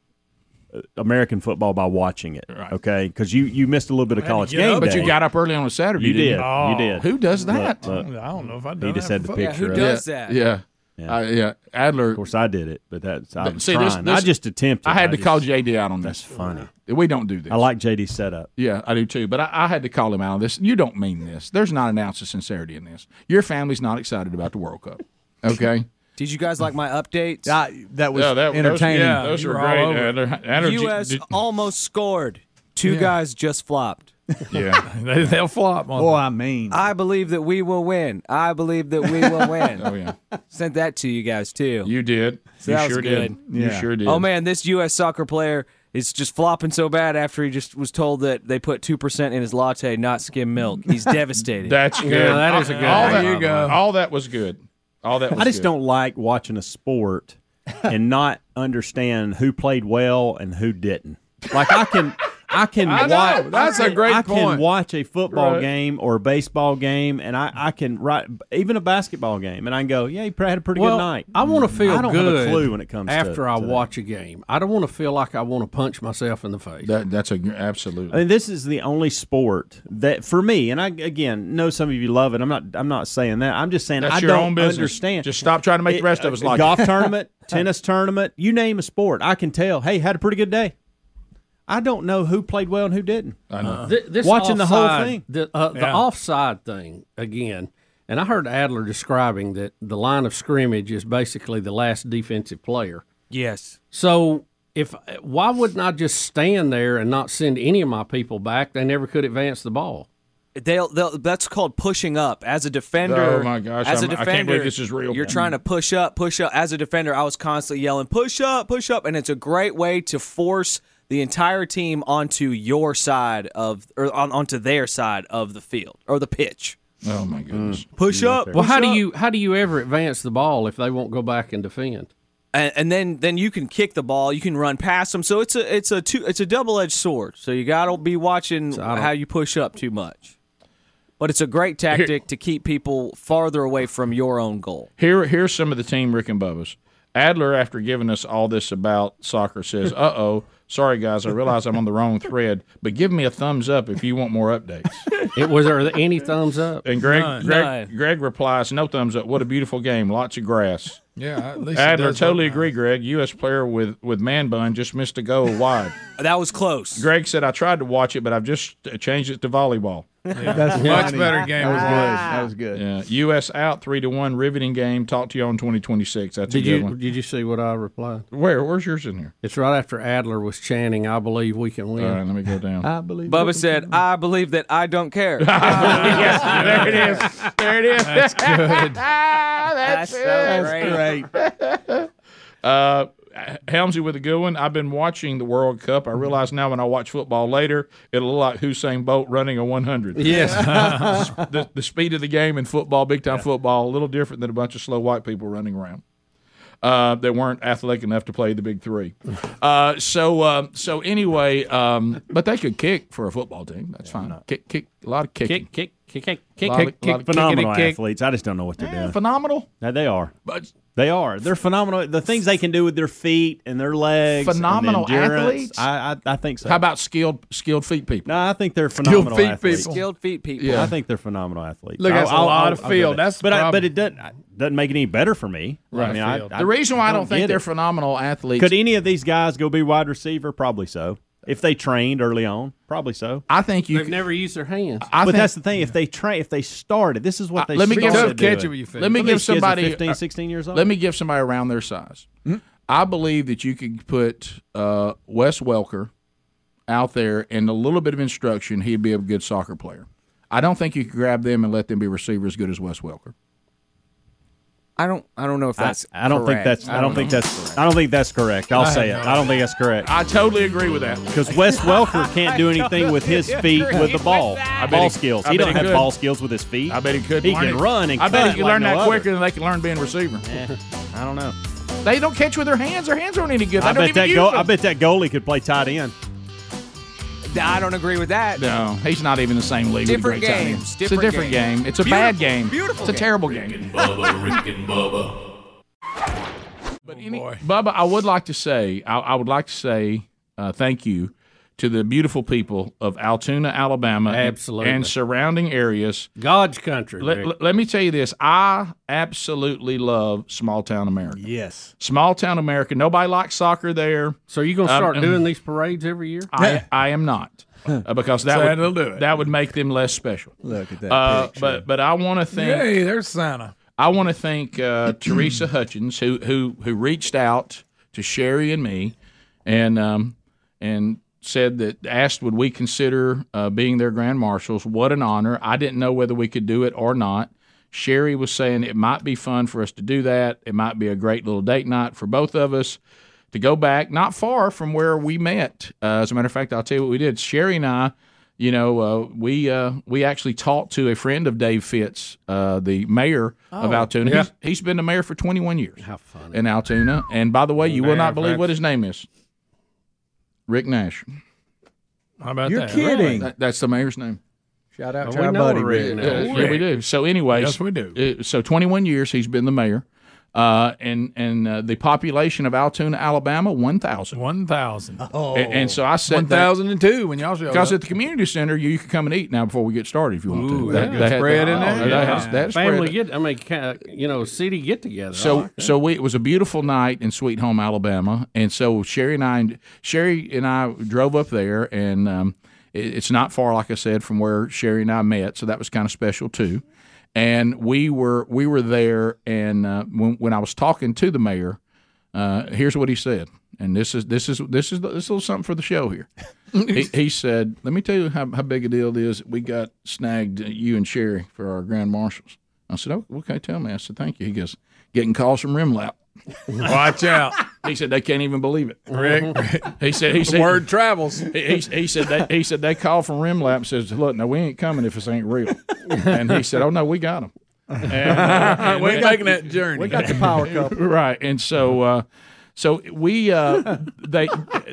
Speaker 5: uh, American football, by watching it.
Speaker 1: Right.
Speaker 5: Okay, because you you missed a little bit of college game
Speaker 1: But
Speaker 5: day.
Speaker 1: you got up early on a Saturday.
Speaker 5: you
Speaker 1: didn't Oh,
Speaker 5: did, you did.
Speaker 1: Who does that?
Speaker 5: But
Speaker 4: I don't know if I done
Speaker 5: he just
Speaker 4: that
Speaker 5: had the
Speaker 4: before.
Speaker 5: picture. of
Speaker 7: who
Speaker 5: it.
Speaker 7: does that?
Speaker 1: yeah.
Speaker 5: Yeah.
Speaker 1: Uh, yeah. Adler.
Speaker 5: Of course, I did it, but that's I'm
Speaker 1: See,
Speaker 5: trying.
Speaker 1: this- this-
Speaker 5: I just attempted.
Speaker 1: I had to
Speaker 5: just-
Speaker 1: call JD out on this.
Speaker 5: Funny.
Speaker 1: We don't do this.
Speaker 5: I like JD's setup.
Speaker 1: Yeah, I do too. But I, I had to call him out on this. You don't mean this. There's not an ounce of sincerity in this. Your family's not excited about the World Cup. (laughs) Okay.
Speaker 7: Did you guys like my updates?
Speaker 3: I, that was entertaining.
Speaker 1: Those,
Speaker 4: you
Speaker 1: were
Speaker 4: were all over
Speaker 1: great. uh,
Speaker 4: it.
Speaker 1: Adler, Adler,
Speaker 7: U.S.
Speaker 1: did-
Speaker 7: almost scored. Two guys just flopped.
Speaker 1: yeah.
Speaker 4: They, they'll flop. On
Speaker 1: Oh,
Speaker 3: Boy, Oh, I mean,
Speaker 7: I believe that we will win. I believe that we
Speaker 1: (laughs)
Speaker 7: will win.
Speaker 1: Oh yeah.
Speaker 7: Sent that to you guys too.
Speaker 1: You did.
Speaker 7: So
Speaker 1: you
Speaker 7: that was
Speaker 1: sure did. You
Speaker 3: Yeah.
Speaker 1: sure did.
Speaker 7: Oh man, this U.S. soccer player is just flopping so bad after he just was told that they put two percent in his latte, not skim milk.
Speaker 1: (laughs)
Speaker 7: He's devastated.
Speaker 1: That's good.
Speaker 2: that is a good
Speaker 1: All that,
Speaker 4: There you go.
Speaker 1: All that was good. All that was
Speaker 5: I just
Speaker 1: good.
Speaker 5: don't like watching a sport and not understand who played well and who didn't. Like I can, I can
Speaker 4: I know.
Speaker 5: watch.
Speaker 4: That's a great
Speaker 5: I can
Speaker 4: point.
Speaker 5: watch a football
Speaker 1: Right.
Speaker 5: game or a baseball game, and I, I can write even a basketball game, and I can go, yeah, he had a pretty
Speaker 2: well,
Speaker 5: good night. Mm.
Speaker 2: I want to feel
Speaker 5: I don't have a
Speaker 2: good
Speaker 5: clue when it comes to-
Speaker 2: after I
Speaker 5: to that.
Speaker 2: watch a game. I don't want to feel like I want to punch myself in the face.
Speaker 1: That, that's a
Speaker 5: I
Speaker 1: absolutely.
Speaker 5: mean, this is the only sport that for me, and I again know some of you love it. I'm not. I'm not saying that. I'm just saying
Speaker 1: That's
Speaker 5: I
Speaker 1: your
Speaker 5: don't
Speaker 1: own business.
Speaker 5: understand.
Speaker 1: Just stop trying to make the rest of us
Speaker 5: a
Speaker 1: like
Speaker 5: uh, (laughs) golf tournament, tennis tournament, you name a sport. I can tell. Hey, had a pretty good day. I don't know who played well and who didn't.
Speaker 1: I know.
Speaker 2: Th- this
Speaker 5: Watching the whole
Speaker 2: offside-
Speaker 5: thing.
Speaker 2: The, uh, the offside thing again, and I heard Adler describing that the line of scrimmage is basically the last defensive player.
Speaker 7: yes.
Speaker 2: So if why wouldn't I just stand there and not send any of my people back? They never could advance the ball.
Speaker 7: They'll, they'll, that's called pushing up as a defender.
Speaker 1: Oh, my gosh,
Speaker 7: As a
Speaker 1: I'm- I
Speaker 7: defender,
Speaker 1: can't believe this is real.
Speaker 7: You're trying to push up, push up. As a defender, I was constantly yelling, "Push up, push up!" And it's a great way to force the entire team onto your side of, or on, onto their side of the field or the pitch.
Speaker 1: Oh my goodness.
Speaker 7: Push up.
Speaker 2: Well,
Speaker 7: push
Speaker 2: how do
Speaker 7: up.
Speaker 2: you how do you ever advance the ball if they won't go back and defend?
Speaker 7: And, and then then you can kick the ball. You can run past them. So it's a it's a two it's a double edged sword. So you gotta be watching how you push up too much. But it's a great tactic to keep people farther away from your own goal.
Speaker 1: Here, here's some of the team Rick and Bubba's. Adler, after giving us all this about soccer, says, "Uh oh, sorry guys, I realize I'm on the wrong thread, but give me a thumbs up if you want more updates."
Speaker 2: It was there any thumbs up?
Speaker 1: And Greg, Greg,
Speaker 7: None.
Speaker 1: Greg replies, "No thumbs up. What a beautiful game. Lots of grass."
Speaker 4: Yeah, at least it
Speaker 1: Adler,
Speaker 4: does
Speaker 1: totally
Speaker 4: look
Speaker 1: agree. Greg, U.S. player with with man bun just missed a goal wide.
Speaker 7: That was close.
Speaker 1: Greg said, "I tried to watch it, but I've just uh, changed it to volleyball."
Speaker 3: that's
Speaker 4: Much
Speaker 3: funny.
Speaker 4: better game.
Speaker 3: That was good. That was good.
Speaker 1: Yeah, U.S. out three to one. Riveting game. Talk to you on 2026. (laughs) That's a
Speaker 2: Did
Speaker 1: good
Speaker 2: you
Speaker 1: one.
Speaker 2: did you see what I replied?
Speaker 1: Where? Where's yours in here?
Speaker 2: It's right after Adler was chanting, "I believe we can win."
Speaker 1: All right, let me go down.
Speaker 3: I believe.
Speaker 7: Bubba said, I believe that I don't (laughs) care.
Speaker 1: there it is. There it is. That's
Speaker 7: (laughs)
Speaker 1: good.
Speaker 7: That's so great.
Speaker 3: Great.
Speaker 1: Uh, Helmsy with a good one. I've been watching the World Cup. I realize now when I watch football later, it'll look like Hussein Bolt running a 100.
Speaker 2: Yes,
Speaker 1: the, the speed of the game in football, big time football, a little different than a bunch of slow white people running around. Uh, that weren't athletic enough to play the big three. Uh, so um, so anyway, um, but they could kick for a football team. That's fine. Kick kick a lot of kicking.
Speaker 2: (laughs) kick, kick, kick, kick, kick.
Speaker 1: Lot of- lot of
Speaker 5: Phenomenal
Speaker 1: kickity kick. Eh,
Speaker 5: athletes. I just don't know what they're
Speaker 1: Yeah,
Speaker 5: doing.
Speaker 1: phenomenal.
Speaker 5: No, they are.
Speaker 1: But
Speaker 5: They are. They're phenomenal. The things they can do with their feet and their legs. and the
Speaker 1: Phenomenal
Speaker 5: endurance,
Speaker 1: athletes?
Speaker 5: I, I I think so.
Speaker 1: how about skilled skilled feet people?
Speaker 5: no, I think they're phenomenal
Speaker 4: feet
Speaker 5: athletes.
Speaker 4: people.
Speaker 7: Skilled feet people.
Speaker 1: Yeah.
Speaker 5: I think they're phenomenal athletes.
Speaker 4: Look,
Speaker 5: I'll-
Speaker 4: that's a
Speaker 5: I'll-
Speaker 4: lot
Speaker 5: I'll-
Speaker 4: of
Speaker 5: I'll go
Speaker 4: field.
Speaker 5: there.
Speaker 4: That's the
Speaker 5: but I,
Speaker 4: problem.
Speaker 5: but it doesn't doesn't make it any better for me. I mean, I,
Speaker 4: Field.
Speaker 5: I-
Speaker 1: The reason why I don't, think
Speaker 5: get
Speaker 1: they're
Speaker 5: it.
Speaker 1: phenomenal athletes.
Speaker 5: Could any of these guys go be wide receiver? Probably so. If they trained early on, probably so.
Speaker 1: I think you.
Speaker 2: They've never used their hands.
Speaker 1: I
Speaker 5: but
Speaker 1: think, Uh,
Speaker 5: that's the thing. If they train, if they started, this is what they.
Speaker 1: let me give
Speaker 5: started
Speaker 1: some,
Speaker 5: doing.
Speaker 4: catch it with your feet.
Speaker 1: Let
Speaker 5: Some
Speaker 1: me
Speaker 5: of
Speaker 1: give
Speaker 5: these kids are
Speaker 1: somebody uh,
Speaker 5: 15, 16 years old.
Speaker 1: Let me give somebody around their size.
Speaker 5: Hmm?
Speaker 1: I believe that you could put uh, Wes Welker out there and a little bit of instruction, he'd be a good soccer player. I don't think you could grab them and let them be receivers as good as Wes Welker.
Speaker 7: I don't I don't know if that's
Speaker 5: I don't
Speaker 7: correct.
Speaker 5: think that's. I don't think that's. I don't think that's correct. I'll say it. I don't think that's correct
Speaker 1: I totally agree with that.
Speaker 5: because Wes
Speaker 1: (laughs)
Speaker 5: Welker can't do anything with his feet with the ball.
Speaker 1: bet
Speaker 5: Ball
Speaker 1: he-
Speaker 5: skills.
Speaker 1: I
Speaker 5: He
Speaker 1: bet
Speaker 5: don't
Speaker 1: he
Speaker 5: have
Speaker 1: could.
Speaker 5: ball skills with his feet.
Speaker 1: I bet he could.
Speaker 5: He
Speaker 1: learn
Speaker 5: can
Speaker 1: it.
Speaker 5: run and
Speaker 1: I bet
Speaker 5: cut
Speaker 1: he could
Speaker 5: like
Speaker 1: learn
Speaker 5: no
Speaker 1: that
Speaker 5: other. Eh.
Speaker 1: quicker than they can learn being receiver.
Speaker 5: I don't know.
Speaker 1: They don't catch with their hands. Their hands aren't any good. They
Speaker 5: I
Speaker 1: don't
Speaker 5: bet
Speaker 1: even
Speaker 5: that
Speaker 1: use
Speaker 5: goal.
Speaker 1: them.
Speaker 5: I bet that goalie could play tight end.
Speaker 7: I don't agree with (laughs) that.
Speaker 1: No, he's not even the same league. with
Speaker 7: Different
Speaker 1: great tight
Speaker 7: games,
Speaker 1: ends. it's a
Speaker 7: different
Speaker 1: different game.
Speaker 7: game.
Speaker 1: It's a
Speaker 7: Beautiful,
Speaker 1: bad game.
Speaker 7: beautiful
Speaker 1: It's a
Speaker 7: game.
Speaker 1: terrible
Speaker 6: Rick
Speaker 1: game.
Speaker 6: and Bubba, Rick and Bubba,
Speaker 1: But
Speaker 2: Oh,
Speaker 1: any, Bubba, I would like to say, I, I would like to say uh, thank you to the beautiful people of Altoona, Alabama, and-
Speaker 2: Absolutely.
Speaker 1: and surrounding areas.
Speaker 2: God's country.
Speaker 1: Let,
Speaker 2: Rick.
Speaker 1: let- let me tell you this: I absolutely love small town America.
Speaker 3: Yes.
Speaker 1: Small town America. Nobody likes soccer there.
Speaker 2: so you gonna start
Speaker 1: um,
Speaker 2: doing these parades every year?
Speaker 1: I, I am not uh, because that
Speaker 4: Sad
Speaker 1: would
Speaker 4: to do it.
Speaker 1: that would make them less special.
Speaker 3: Look at that.
Speaker 1: Uh,
Speaker 3: picture.
Speaker 1: but but I want to thank
Speaker 4: Hey, there's Santa.
Speaker 1: I want to
Speaker 3: (clears throat)
Speaker 1: thank uh, Teresa Hutchins who who who reached out to Sherry and me, and um, and said that asked would we consider uh, being their grand marshals. What an honor! I didn't know whether we could do it or not. Sherry was saying it might be fun for us to do that. It might be a great little date night for both of us to go back not far from where we met. Uh, as a matter of fact, I'll tell you what we did. Sherry and I, you know, uh, we uh, we actually talked to a friend of Dave Fitz, uh, the mayor of Altoona. He's, he's been the mayor for 21 years. Oh. How funny. In Altoona. And by the way, you will not believe what his name is. Rick Nash.
Speaker 4: How about
Speaker 3: You're
Speaker 4: that?
Speaker 3: kidding.
Speaker 1: That, that's the mayor's name.
Speaker 3: Shout out
Speaker 2: Oh,
Speaker 3: to
Speaker 2: we
Speaker 3: our
Speaker 2: know
Speaker 3: buddy
Speaker 2: we're
Speaker 3: Rick.
Speaker 2: reading it.
Speaker 1: Yeah, yeah, we do. So, anyways,
Speaker 4: Oh, Yes, we do.
Speaker 1: uh, so 21 years he's been the mayor, uh, and and uh, the population of Altoona, Alabama, 1,000.
Speaker 4: One thousand.
Speaker 1: A- Oh. And, so I said
Speaker 4: One
Speaker 1: that
Speaker 4: thousand and two when y'all showed
Speaker 1: because at
Speaker 4: up.
Speaker 1: the community center you, you can come and eat now before we get started if you want to.
Speaker 4: Ooh, that good spread in there.
Speaker 1: That,
Speaker 4: Yeah.
Speaker 1: has- that
Speaker 2: Family
Speaker 1: spread.
Speaker 2: get. I mean, ca- you know, city get together. Oh,
Speaker 1: So
Speaker 2: I like that.
Speaker 1: so we, it was a beautiful night in Sweet Home, Alabama, and so Sherry and I Sherry and I drove up there, and um, it, it's not far, like I said, from where Sherry and I met, so that was kind of special too. And we were we were there, and uh, when when I was talking to the mayor, uh, here's what he said, and this is this is this is this is a little something for the show here. he, he said, "Let me tell you how, how big a deal it is. We got snagged uh, you and Sherry for our grand marshals." I said, "Oh, okay, tell me." I said, "Thank you." He goes, "Getting calls from Rimlap."
Speaker 4: Watch out,
Speaker 1: He said they can't even believe it.
Speaker 4: Rick.
Speaker 1: (laughs) He said he said
Speaker 4: Word travels.
Speaker 1: He, he, he said they, he said they called from Rimlap and says, "Look, no, we ain't coming if this ain't real." And he said, "Oh no, we got them."
Speaker 4: We're taking that journey.
Speaker 3: We got the power couple.
Speaker 1: right and so
Speaker 2: Uh-huh.
Speaker 1: uh so we uh they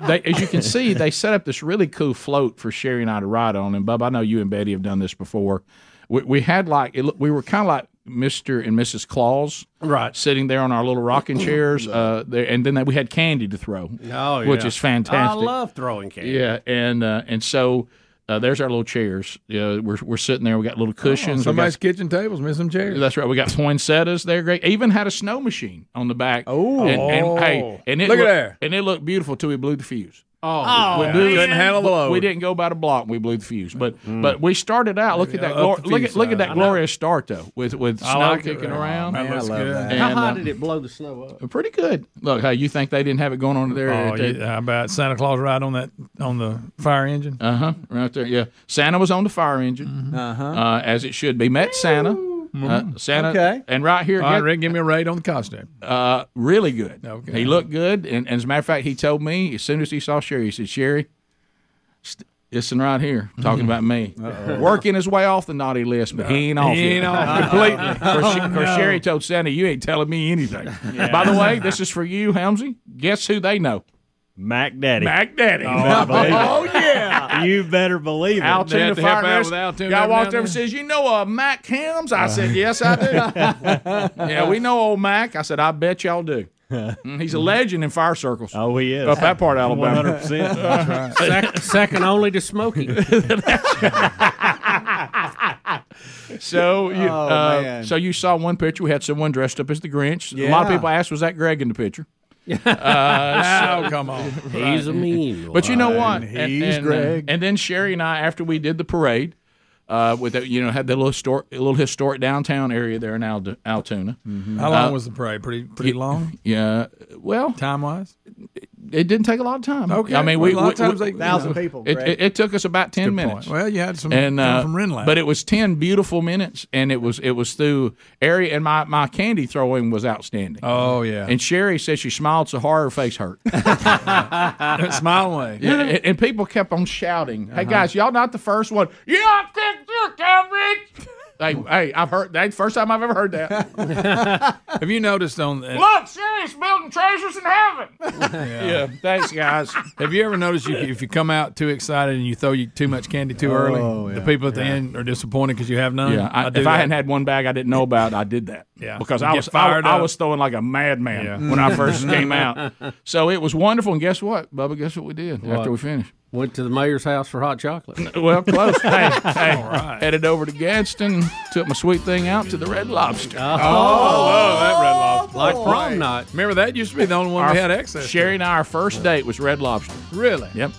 Speaker 1: they as you can see they set up this really cool float for sherry and i to ride on and bub i know you and betty have done this before we, we had like it, looked- we were kind of like mr and mrs claus
Speaker 2: Right.
Speaker 1: sitting there on our little
Speaker 2: (laughs)
Speaker 1: rocking chairs uh there and then we had candy to throw
Speaker 2: Oh,
Speaker 1: which
Speaker 2: yeah.
Speaker 1: is fantastic
Speaker 2: I love throwing candy.
Speaker 1: yeah and uh and so uh, there's our little chairs. Yeah, we're, we're sitting there. We got
Speaker 2: Oh,
Speaker 1: little cushions. we got
Speaker 4: Somebody's kitchen tables missing some chairs.
Speaker 1: that's right. We got poinsettias. They're great. Even had a snow machine on the back.
Speaker 3: Oh.
Speaker 1: and, and, hey, and it
Speaker 4: Look at
Speaker 1: looked-
Speaker 4: there.
Speaker 1: And it looked beautiful till we blew the fuse.
Speaker 2: Oh,
Speaker 1: we blew
Speaker 4: Couldn't handle the load. Mm.
Speaker 1: We didn't go about a block. and We blew the fuse, but but we started out. Look at that.
Speaker 4: up
Speaker 1: Glor-
Speaker 4: the
Speaker 1: look
Speaker 4: fuse
Speaker 1: at look at
Speaker 4: side.
Speaker 1: that glorious start though, with with snow
Speaker 4: like it.
Speaker 1: kicking
Speaker 4: Oh,
Speaker 1: around.
Speaker 3: I
Speaker 4: man, looks
Speaker 3: love
Speaker 4: good.
Speaker 3: that.
Speaker 2: how
Speaker 1: And,
Speaker 2: high
Speaker 1: uh,
Speaker 2: did it blow the snow up?
Speaker 1: pretty good. Look, hey, you think they didn't have it going on there?
Speaker 4: Oh, yeah, how about Santa Claus ride on that on the fire engine?
Speaker 1: Uh huh. Right there. Yeah. Santa was on the fire
Speaker 4: Mm-hmm.
Speaker 1: engine, uh-huh. as it should be. Met Santa. Uh, Santa.
Speaker 3: Okay.
Speaker 1: And right here,
Speaker 4: All
Speaker 1: get-
Speaker 4: right, Rick, give me a rate on the costume.
Speaker 1: Uh, really good.
Speaker 4: Okay.
Speaker 1: He looked good, and, and as a matter of fact, he told me as soon as he saw Sherry, he said, "Sherry, st- listen right here, talking about
Speaker 4: (laughs)
Speaker 1: me, working his way off the naughty list, but he ain't off.
Speaker 4: He
Speaker 1: yet. (laughs)
Speaker 4: ain't off Oh, completely. (laughs)
Speaker 1: Of course, she- of course, Sherry told Santa, "You ain't telling me anything." By the way, this is for you, Helmsy. Guess who they know?
Speaker 5: Mac Daddy.
Speaker 1: Mac Daddy.
Speaker 5: oh yeah. You better believe it.
Speaker 4: (laughs) They
Speaker 1: Altoona
Speaker 4: have to help
Speaker 1: Fire
Speaker 4: out
Speaker 1: Nurse.
Speaker 4: with Altoona
Speaker 1: Guy
Speaker 4: every
Speaker 1: walked over
Speaker 4: now and Uh-huh.
Speaker 1: and says, "You know uh, Mac Hams?" I said, "Yes, I do."
Speaker 4: (laughs)
Speaker 1: yeah, we know old Mac. I said, "I bet y'all do." Mm, He's a legend in fire circles.
Speaker 5: Oh, he is.
Speaker 1: Up that part, Alabama.
Speaker 3: (laughs)
Speaker 5: 100%.
Speaker 2: Sec- second only
Speaker 1: (laughs)
Speaker 2: to Smokey.
Speaker 1: So
Speaker 4: Oh,
Speaker 1: you, uh,
Speaker 3: man.
Speaker 1: so you saw one picture. We had someone dressed up as the Grinch. A lot of
Speaker 3: Yeah.
Speaker 1: people asked, "Was that Greg in the
Speaker 4: (laughs)
Speaker 1: picture?" Uh,
Speaker 4: Oh, come on.
Speaker 2: He's a mean.
Speaker 1: (laughs) But you know what?
Speaker 3: And he's
Speaker 1: and, uh,
Speaker 3: Greg.
Speaker 1: And then Sherry and I, after we did the parade, uh, with the, you know had the little historic, little historic downtown area there in Al- Altoona.
Speaker 4: How long was the parade? Pretty
Speaker 1: (laughs)
Speaker 4: pretty long,
Speaker 1: Yeah. Well,
Speaker 4: time wise.
Speaker 1: it didn't take a lot of time.
Speaker 4: Okay.
Speaker 1: I mean,
Speaker 4: Well,
Speaker 1: we,
Speaker 4: a lot
Speaker 1: we-
Speaker 4: of times
Speaker 1: we-
Speaker 4: they-
Speaker 3: Thousand people.
Speaker 1: it,
Speaker 3: Greg.
Speaker 1: it, it took us about ten minutes.
Speaker 4: Well, you had some
Speaker 1: and
Speaker 4: come
Speaker 1: uh,
Speaker 4: from Renland,
Speaker 1: but it was 10 beautiful minutes and it was it was through area and my, my candy throwing was outstanding
Speaker 4: oh yeah,
Speaker 1: and sherry said she smiled so hard her face
Speaker 4: (laughs)
Speaker 1: hurt
Speaker 4: smile away.
Speaker 1: Yeah, and, and
Speaker 4: Uh-huh. (laughs)
Speaker 1: people kept on shouting, "Hey guys, y'all not the first one. Y'all think you're coverage." Hey, hey, I've heard that's the first time I've ever heard that.
Speaker 4: Have you noticed on uh,
Speaker 1: Look, serious building treasures in
Speaker 4: (laughs)
Speaker 1: heaven. yeah. thanks, guys.
Speaker 4: Have you ever noticed you, if you come out too excited and you throw you too much candy too early, the people at the end are disappointed because you have none?
Speaker 1: Yeah, I,
Speaker 4: do
Speaker 1: if I
Speaker 4: that.
Speaker 1: hadn't had one bag I didn't know about, I did that.
Speaker 4: Yeah.
Speaker 1: because
Speaker 4: You
Speaker 1: I
Speaker 4: get
Speaker 1: was I,
Speaker 4: fired
Speaker 1: I
Speaker 4: up.
Speaker 1: was throwing like a madman
Speaker 4: Yeah.
Speaker 1: when I
Speaker 4: (laughs)
Speaker 1: first came out. So it was wonderful, and guess what, Bubba? Guess what we did after we finished?
Speaker 2: Went to the mayor's house for hot chocolate.
Speaker 1: Well,
Speaker 4: (laughs)
Speaker 1: close. hey, hey. headed over to Gadsden, took my sweet thing out to the Red Lobster.
Speaker 4: oh, that red lobster.
Speaker 2: like prom night.
Speaker 4: Remember that used to be the only one
Speaker 1: Our-
Speaker 4: we had access. to.
Speaker 1: Sherry and I, our first date was Red Lobster.
Speaker 4: Really?
Speaker 1: Yep.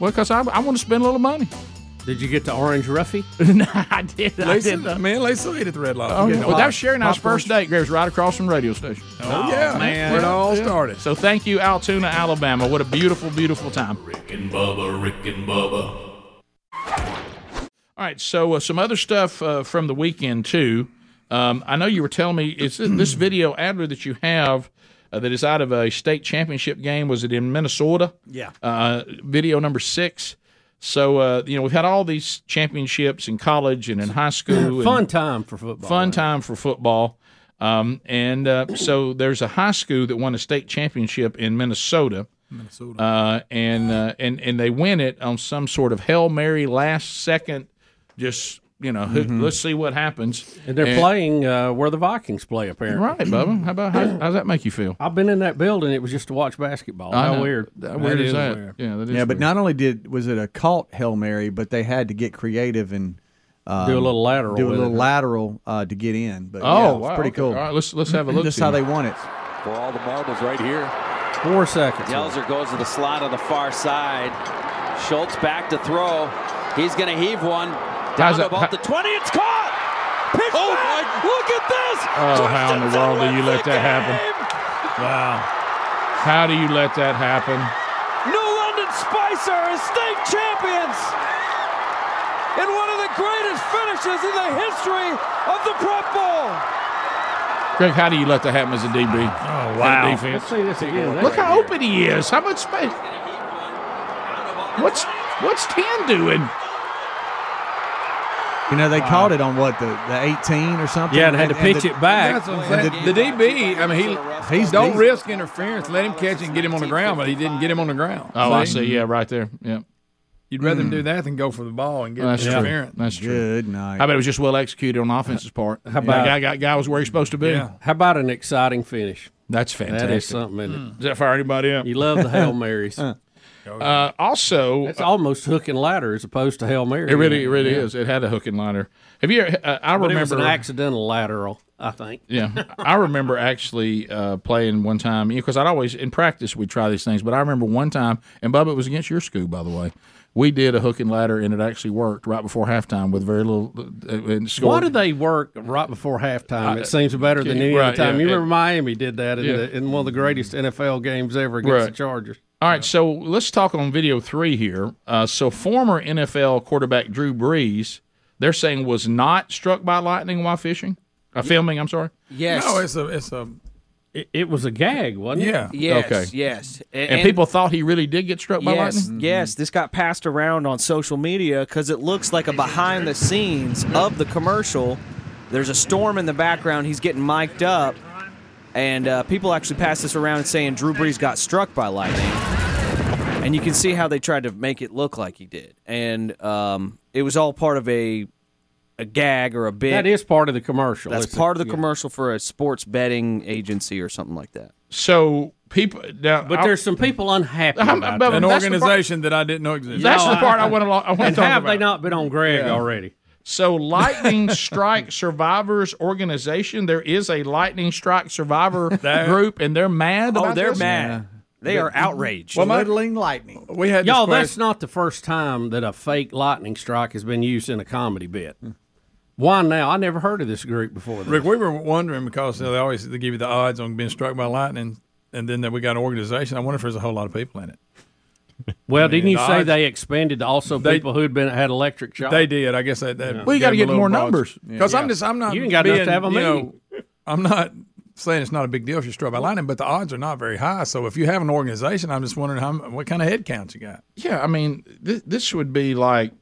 Speaker 1: Well, because I, I want to spend a little
Speaker 4: (laughs)
Speaker 1: money. (laughs)
Speaker 2: Did you get the orange ruffy?
Speaker 1: no, I did. I
Speaker 4: Lisa,
Speaker 1: did. not.
Speaker 4: man, Lisa ate at the red
Speaker 1: Oh,
Speaker 4: lobster.
Speaker 1: yeah. Well, that was Sherry and I's first date. Graves right across from the radio station.
Speaker 4: Oh, yeah, man. Where it all started.
Speaker 1: So thank you, Altoona, Alabama. What a beautiful, beautiful time.
Speaker 6: Rick and Bubba, Rick and Bubba,
Speaker 1: All right. So uh, some other stuff uh, from the weekend too. Um, I know you were telling me it's
Speaker 6: (clears throat)
Speaker 1: this video Adler that you have uh, that is out of a state championship game. Was it in Minnesota?
Speaker 5: Yeah.
Speaker 1: Uh, video number six. So uh, you know we've had all these championships in college and in high school.
Speaker 2: Fun
Speaker 1: and
Speaker 2: time for football.
Speaker 1: fun time for football. Um, and uh, so there's a high school that won a state championship in Minnesota. Minnesota. Uh, and uh, and and they win it on some sort of hail mary last second, just you know, who
Speaker 3: Mm-hmm.
Speaker 1: let's see what happens.
Speaker 2: And they're playing uh, where the Vikings play, apparently.
Speaker 1: Right, Bubba. How about how, how's that make you feel?
Speaker 2: I've been in that building. It was just to watch basketball.
Speaker 1: I
Speaker 2: How
Speaker 1: know.
Speaker 2: weird.
Speaker 1: How weird
Speaker 4: That
Speaker 1: is
Speaker 4: is
Speaker 1: that?
Speaker 4: weird.
Speaker 1: Yeah, that is
Speaker 3: Yeah, but
Speaker 1: weird.
Speaker 3: not only did was it a caught hail mary, but they had to get creative and um,
Speaker 2: Do a little lateral.
Speaker 3: do a
Speaker 2: with
Speaker 3: little
Speaker 2: it.
Speaker 3: lateral uh, to get in. But
Speaker 1: Oh,
Speaker 3: yeah, it was
Speaker 1: wow,
Speaker 3: pretty
Speaker 1: okay.
Speaker 3: cool.
Speaker 1: All right, let's
Speaker 3: (laughs)
Speaker 1: let's have a look.
Speaker 3: That's
Speaker 1: see.
Speaker 3: how they won it.
Speaker 8: For all the marbles right here.
Speaker 2: Four seconds.
Speaker 8: Yelzer goes to the slot on the far side. Schultz back to throw. He's going to heave one.
Speaker 1: How's
Speaker 8: Down
Speaker 1: that-
Speaker 8: about
Speaker 1: how-
Speaker 8: the 20. It's caught. Pitch
Speaker 1: Oh,
Speaker 8: back. Look at this.
Speaker 1: Oh, how in the
Speaker 8: Twisted
Speaker 1: world do
Speaker 8: Zetlin
Speaker 1: you let
Speaker 8: the
Speaker 1: that happen?
Speaker 8: game.
Speaker 1: How do you let that happen?
Speaker 8: New London Spicer is state champions. And one of the greatest finishes in the history of the Prep Bowl.
Speaker 1: Greg, how do you let that happen as a DB? Oh wow!
Speaker 2: Let's see this again.
Speaker 1: Look how open he is. How much space? What's what's Tan doing?
Speaker 3: You know, they caught it on what the, the 18 or something.
Speaker 2: yeah, and had to pitch
Speaker 3: the-
Speaker 2: it back.
Speaker 4: That's what I'm saying. The, the DB, I mean, he
Speaker 3: He's
Speaker 4: don't
Speaker 3: decent.
Speaker 4: risk interference. Let him catch it and get him on the ground, but he didn't get him on the ground.
Speaker 1: Oh, I see. Yeah, right there. Yeah,
Speaker 4: You'd rather him do that than go for the ball and get
Speaker 1: that's true.
Speaker 4: interference.
Speaker 1: That's true.
Speaker 3: Good night.
Speaker 1: I bet it was just well executed on the offense's part. How
Speaker 2: about-
Speaker 1: guy, guy, guy was where he's supposed to be?
Speaker 4: Yeah.
Speaker 2: How about an exciting finish?
Speaker 1: That's fantastic.
Speaker 2: That is something, isn't it?
Speaker 1: Does that fire anybody up?
Speaker 2: You love
Speaker 1: (laughs)
Speaker 2: the Hail Marys.
Speaker 1: Uh, also,
Speaker 2: It's almost hook and ladder as opposed to Hail Mary.
Speaker 1: it really, it really is. It had a hook and liner. Have you? Uh, I
Speaker 2: But
Speaker 1: remember
Speaker 2: it was an accidental lateral, I think.
Speaker 1: Yeah, I remember actually uh, playing one time because I'd always in practice we'd try these things, but I remember one time, and Bubba, it was against your school, by the way. We did a hook and ladder, and it actually worked right before halftime with very little. Uh, and
Speaker 2: Why
Speaker 1: scored.
Speaker 2: do they work right before halftime? It seems better than any
Speaker 1: right,
Speaker 2: other time.
Speaker 1: yeah,
Speaker 2: you
Speaker 1: yeah.
Speaker 2: remember Miami did that in,
Speaker 1: Yeah. Mm-hmm.
Speaker 2: the, in one of the greatest NFL games ever against
Speaker 1: Right.
Speaker 2: the Chargers.
Speaker 1: All right, so let's talk on video three here. Uh, so former NFL quarterback Drew Brees, they're saying was not struck by lightning while fishing, uh, filming. I'm sorry.
Speaker 7: Yes.
Speaker 4: No, Oh, it's a, it's a,
Speaker 2: It, it was a gag, wasn't it?
Speaker 4: yeah.
Speaker 7: yes.
Speaker 1: Okay.
Speaker 7: Yes. A-
Speaker 1: And, people thought he really did get struck by
Speaker 7: Yes,
Speaker 1: lightning.
Speaker 7: yes, this got passed around on social media because it looks like a behind the scenes of the commercial. There's a storm in the background. He's getting mic'd up, and uh, people actually passed this around and saying Drew Brees got struck by lightning. And you can see how they tried to make it look like he did, and um, it was all part of a a gag or a bit.
Speaker 2: That is part of the commercial.
Speaker 7: That's
Speaker 2: It's a-
Speaker 7: part of the commercial for a sports betting agency or something like that.
Speaker 1: So people now,
Speaker 2: But
Speaker 1: I'll-
Speaker 2: there's some people unhappy
Speaker 1: I'm-
Speaker 2: about
Speaker 1: but-
Speaker 2: that.
Speaker 4: An
Speaker 1: That's the part-
Speaker 4: organization that I didn't know existed.
Speaker 1: that's
Speaker 2: No,
Speaker 1: the
Speaker 2: I-
Speaker 1: part I, want to. I want
Speaker 2: And
Speaker 1: to talk
Speaker 2: have
Speaker 1: about.
Speaker 2: they not been on Greg already?
Speaker 1: So, lightning strike survivors organization. There is a lightning strike (laughs) survivor group, and they're mad.
Speaker 7: Oh,
Speaker 1: about
Speaker 7: they're
Speaker 1: this?
Speaker 7: mad. They are outraged.
Speaker 3: Littling lightning.
Speaker 4: We had this
Speaker 2: Y'all,
Speaker 4: question-
Speaker 2: that's not the first time that a fake lightning strike has been used in a comedy bit. Why now? I never heard of this group before. This.
Speaker 4: Rick, we were wondering because you know, they always they give you the odds on being struck by lightning, and then that we got an organization. I wonder if there's a whole lot of people in it.
Speaker 2: well, didn't you say
Speaker 4: Dodge-
Speaker 2: they expanded to also people who'd been had electric shock?
Speaker 4: They did, I guess. That, that
Speaker 1: Well, you gotta get more numbers.
Speaker 4: because I'm just I'm not.
Speaker 2: You ain't got enough
Speaker 4: being,
Speaker 2: to have a
Speaker 4: you know,
Speaker 2: meeting.
Speaker 4: I'm not saying it's not a big deal if you're struck by lightning, but the odds are not very high. So if you have an organization, I'm just wondering how m- what kind of head counts you got.
Speaker 1: Yeah, I mean, th- this would be like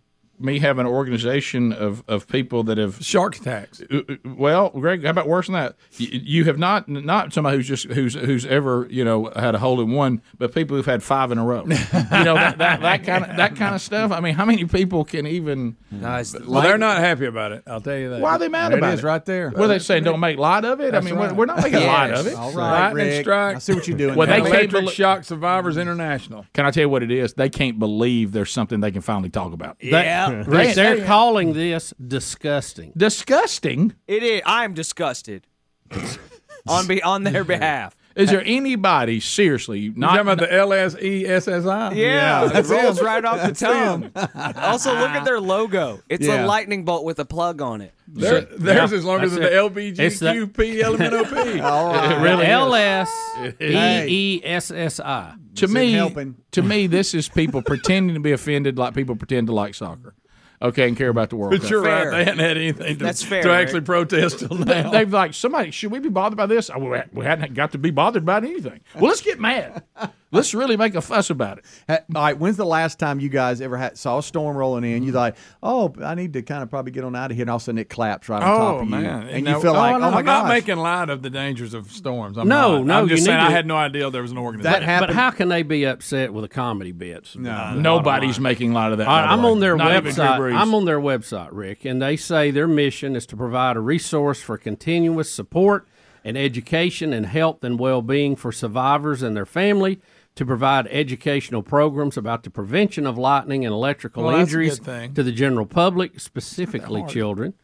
Speaker 1: me having an organization of, of people that have uh,
Speaker 4: shark attacks.
Speaker 1: Well, Greg, how about worse than that? You, you have not not somebody who's just who's who's ever you know had a hole in one, but people who've had five in a (laughs) row. you know that, that, that kind of that kind of stuff. I mean, how many people can even?
Speaker 4: Well, they're not happy about it. I'll tell you that.
Speaker 1: Why are they mad
Speaker 3: There it
Speaker 1: about
Speaker 3: is right there.
Speaker 1: What are they saying? Don't make light of it. I
Speaker 3: That's
Speaker 1: mean,
Speaker 3: right.
Speaker 1: we're, we're not making light of it.
Speaker 3: All right,
Speaker 4: Lightning
Speaker 3: Rick.
Speaker 4: strike.
Speaker 3: I see what you're doing.
Speaker 1: Well,
Speaker 3: there.
Speaker 1: they can't
Speaker 4: Electric
Speaker 1: believe.
Speaker 4: Shock Survivors International.
Speaker 1: Can I tell you what it is? They can't believe there's something they can finally talk about.
Speaker 2: Yeah, they, they're calling this disgusting.
Speaker 1: (laughs) Disgusting.
Speaker 7: It is. I am (laughs) disgusted on be on their behalf.
Speaker 1: Is there anybody seriously
Speaker 4: You talking
Speaker 1: not
Speaker 4: about the E LSESSI?
Speaker 7: Yeah, it
Speaker 4: that's
Speaker 7: rolls
Speaker 4: it.
Speaker 7: right off the tongue. also, look at their logo. It's
Speaker 3: Yeah.
Speaker 7: a lightning bolt with a plug on it.
Speaker 4: There- There's
Speaker 2: Yeah,
Speaker 4: as long as the
Speaker 2: that's it. It's the-
Speaker 4: LBGQP
Speaker 2: (laughs)
Speaker 4: LMNOP.
Speaker 3: All right.
Speaker 1: really is.
Speaker 2: L S
Speaker 3: Hey.
Speaker 2: E E S S I.
Speaker 1: to
Speaker 3: It's
Speaker 1: me,
Speaker 3: helping.
Speaker 1: to me, this is people (laughs) pretending to be offended, like people pretend to like soccer, okay, and care about the World
Speaker 4: But
Speaker 1: Cup.
Speaker 4: you're
Speaker 7: Fair.
Speaker 4: right. They hadn't had anything to,
Speaker 7: That's fair,
Speaker 4: to
Speaker 7: Rick.
Speaker 4: actually protest till
Speaker 1: They-
Speaker 4: now.
Speaker 1: They've like somebody. Should we be bothered by this? Oh, we- We hadn't got to be bothered about anything. Well, let's get mad. Let's really make a fuss about it.
Speaker 3: Ha- All right. When's the last time you guys ever had, saw a storm rolling in? You're like, oh, I need to kind of probably get on out of here, and all of a sudden it claps right on top
Speaker 4: Oh
Speaker 3: of you,
Speaker 4: man!
Speaker 3: and
Speaker 4: No,
Speaker 3: you feel like,
Speaker 4: no,
Speaker 3: oh my
Speaker 4: I'm not
Speaker 3: gosh.
Speaker 4: making light of the dangers of storms. I'm
Speaker 2: No,
Speaker 4: not.
Speaker 2: no,
Speaker 4: I'm just
Speaker 2: you
Speaker 4: saying
Speaker 2: need
Speaker 4: I
Speaker 2: to-
Speaker 4: had no idea there was an organization.
Speaker 3: That
Speaker 2: But
Speaker 3: happened.
Speaker 2: how can they be upset with a comedy bit? No.
Speaker 1: Nobody's making light of that. by the
Speaker 2: I'm
Speaker 1: way.
Speaker 2: on their
Speaker 1: Not even Drew
Speaker 2: website.
Speaker 1: Brees.
Speaker 2: I'm on their website, Rick, and they say their mission is to provide a resource for continuous support and education and health and well-being for survivors and their family. To provide educational programs about the prevention of lightning and electrical
Speaker 4: Well, that's a
Speaker 2: injuries
Speaker 4: good thing.
Speaker 2: to the general public, specifically children.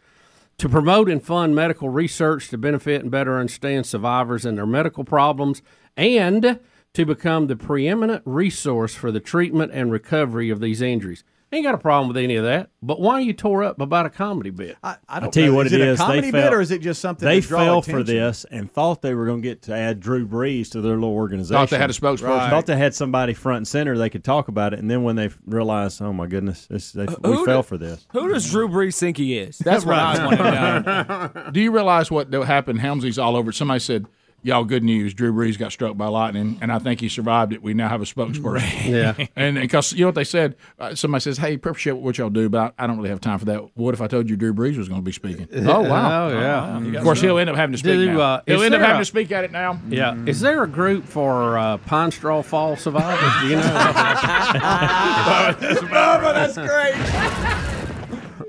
Speaker 2: to promote and fund medical research to benefit and better understand survivors and their medical problems, and to become the preeminent resource for the treatment and recovery of these injuries. Ain't got a problem with any of that, but why are you tore up about a comedy bit?
Speaker 3: I, I don't
Speaker 5: I tell you
Speaker 3: know.
Speaker 5: what
Speaker 3: is
Speaker 5: it
Speaker 3: it
Speaker 5: is,
Speaker 3: a
Speaker 5: they
Speaker 3: comedy bit
Speaker 5: felt-
Speaker 3: or is it just something
Speaker 5: they
Speaker 3: to draw
Speaker 5: fell for
Speaker 3: attention?
Speaker 5: this and thought they were going to get to add Drew Brees to their little organization.
Speaker 1: Thought they had a spokesperson.
Speaker 5: Thought they had somebody front and center they could talk about it, and then when they realized, oh my goodness, this, they, we
Speaker 7: who
Speaker 5: fell
Speaker 7: did-
Speaker 5: for this.
Speaker 7: Who does Drew Brees think he is?
Speaker 1: That's what I want to know. (laughs) Do you realize what that happened? Helmsley's all over. it. Somebody said, "Y'all, good news. Drew Brees got struck by lightning, and I think he survived it. We now have a (laughs) spokesperson."
Speaker 2: Yeah.
Speaker 1: and because you know what they said, uh, somebody says, "Hey, appreciate what y'all do, but I, I don't really have time for that. What if I told you Drew Brees was going to be speaking?" oh Mm. wow!
Speaker 2: yeah.
Speaker 1: of course, he'll end up having to speak.
Speaker 2: Do,
Speaker 1: now.
Speaker 2: uh,
Speaker 1: he'll
Speaker 2: is
Speaker 1: end up
Speaker 2: there
Speaker 1: having
Speaker 2: a-
Speaker 1: to speak at it now.
Speaker 2: Yeah. Is there a group for uh, Pine Straw Fall survivors? Do you know?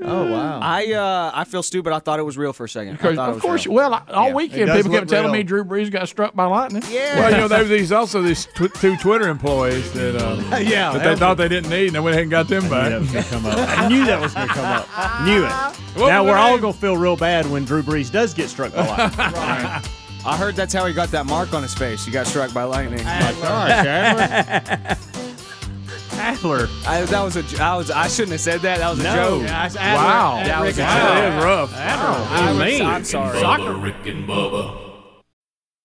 Speaker 3: Oh wow!
Speaker 7: I uh, I feel stupid. I thought it was real for a second. I
Speaker 1: Because,
Speaker 7: thought it
Speaker 1: of
Speaker 7: was
Speaker 1: course,
Speaker 7: real.
Speaker 1: well, I- all
Speaker 3: It
Speaker 1: weekend
Speaker 3: does
Speaker 1: people
Speaker 3: look
Speaker 1: kept telling me
Speaker 3: real.
Speaker 1: Drew Brees got struck by lightning.
Speaker 7: yeah.
Speaker 4: Well, you know, there was these also these tw- two Twitter employees that
Speaker 2: (laughs)
Speaker 4: um,
Speaker 3: Yeah,
Speaker 4: that they thought they didn't need, and they went ahead and got them (laughs)
Speaker 5: That
Speaker 4: back.
Speaker 5: was gonna come up. I knew that was going to come up. Knew it.
Speaker 4: What
Speaker 5: now
Speaker 4: was
Speaker 5: we're
Speaker 4: the
Speaker 5: all
Speaker 4: name?
Speaker 5: going to feel real bad when Drew Brees does get struck by lightning.
Speaker 7: I heard that's how he got that mark on his face. He got struck by lightning.
Speaker 5: Adler.
Speaker 7: I, that was a j- I was I shouldn't have said that. That was a
Speaker 5: No.
Speaker 7: joke.
Speaker 1: Wow.
Speaker 7: That was a joke.
Speaker 4: That is rough.
Speaker 2: I mean,
Speaker 7: I'm sorry.
Speaker 6: Bubba, Rick and Bubba.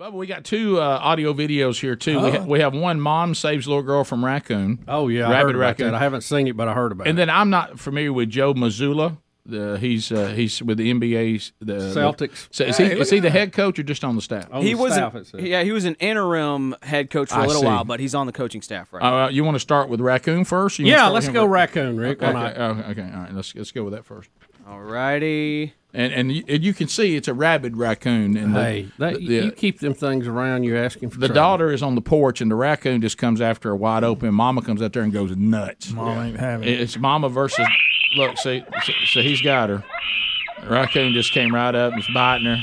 Speaker 1: Bubba, we got two uh, audio videos here too. We, ha- we have one: mom saves little girl from raccoon.
Speaker 2: oh yeah, I heard
Speaker 1: rabbit
Speaker 2: about
Speaker 1: raccoon.
Speaker 2: that. I haven't seen it, but I heard about
Speaker 1: and
Speaker 2: it.
Speaker 1: then I'm not familiar with Joe Missoula. The, he's uh, he's with the NBA's the
Speaker 2: Celtics. Oh.
Speaker 1: So is he is he the head coach or just on the staff?
Speaker 2: On
Speaker 7: He
Speaker 2: the
Speaker 7: was
Speaker 2: staff,
Speaker 7: an,
Speaker 2: it said.
Speaker 7: yeah he was an interim head coach for
Speaker 1: I
Speaker 7: a little
Speaker 1: see.
Speaker 7: while, but he's on the coaching staff right. now.
Speaker 1: Uh, you want to start with raccoon first? You wanna
Speaker 2: Yeah,
Speaker 1: start
Speaker 2: let's
Speaker 1: with
Speaker 2: go
Speaker 1: him?
Speaker 2: raccoon, Rick.
Speaker 1: Okay,
Speaker 2: Why not?
Speaker 1: okay, okay, all right. Let's let's go with that first.
Speaker 7: All righty.
Speaker 1: And and you, and you can see it's a rabid raccoon. And the-
Speaker 2: Hey, that,
Speaker 1: the,
Speaker 2: you keep them things around. You're asking for
Speaker 1: the
Speaker 2: trouble.
Speaker 1: daughter is on the porch, and the raccoon just comes after her wide open. Mama comes out there and goes nuts.
Speaker 4: Mom ain't having it.
Speaker 1: It's Mama versus. Look, see, so, so he's got her. Raccoon just came right up and was biting her.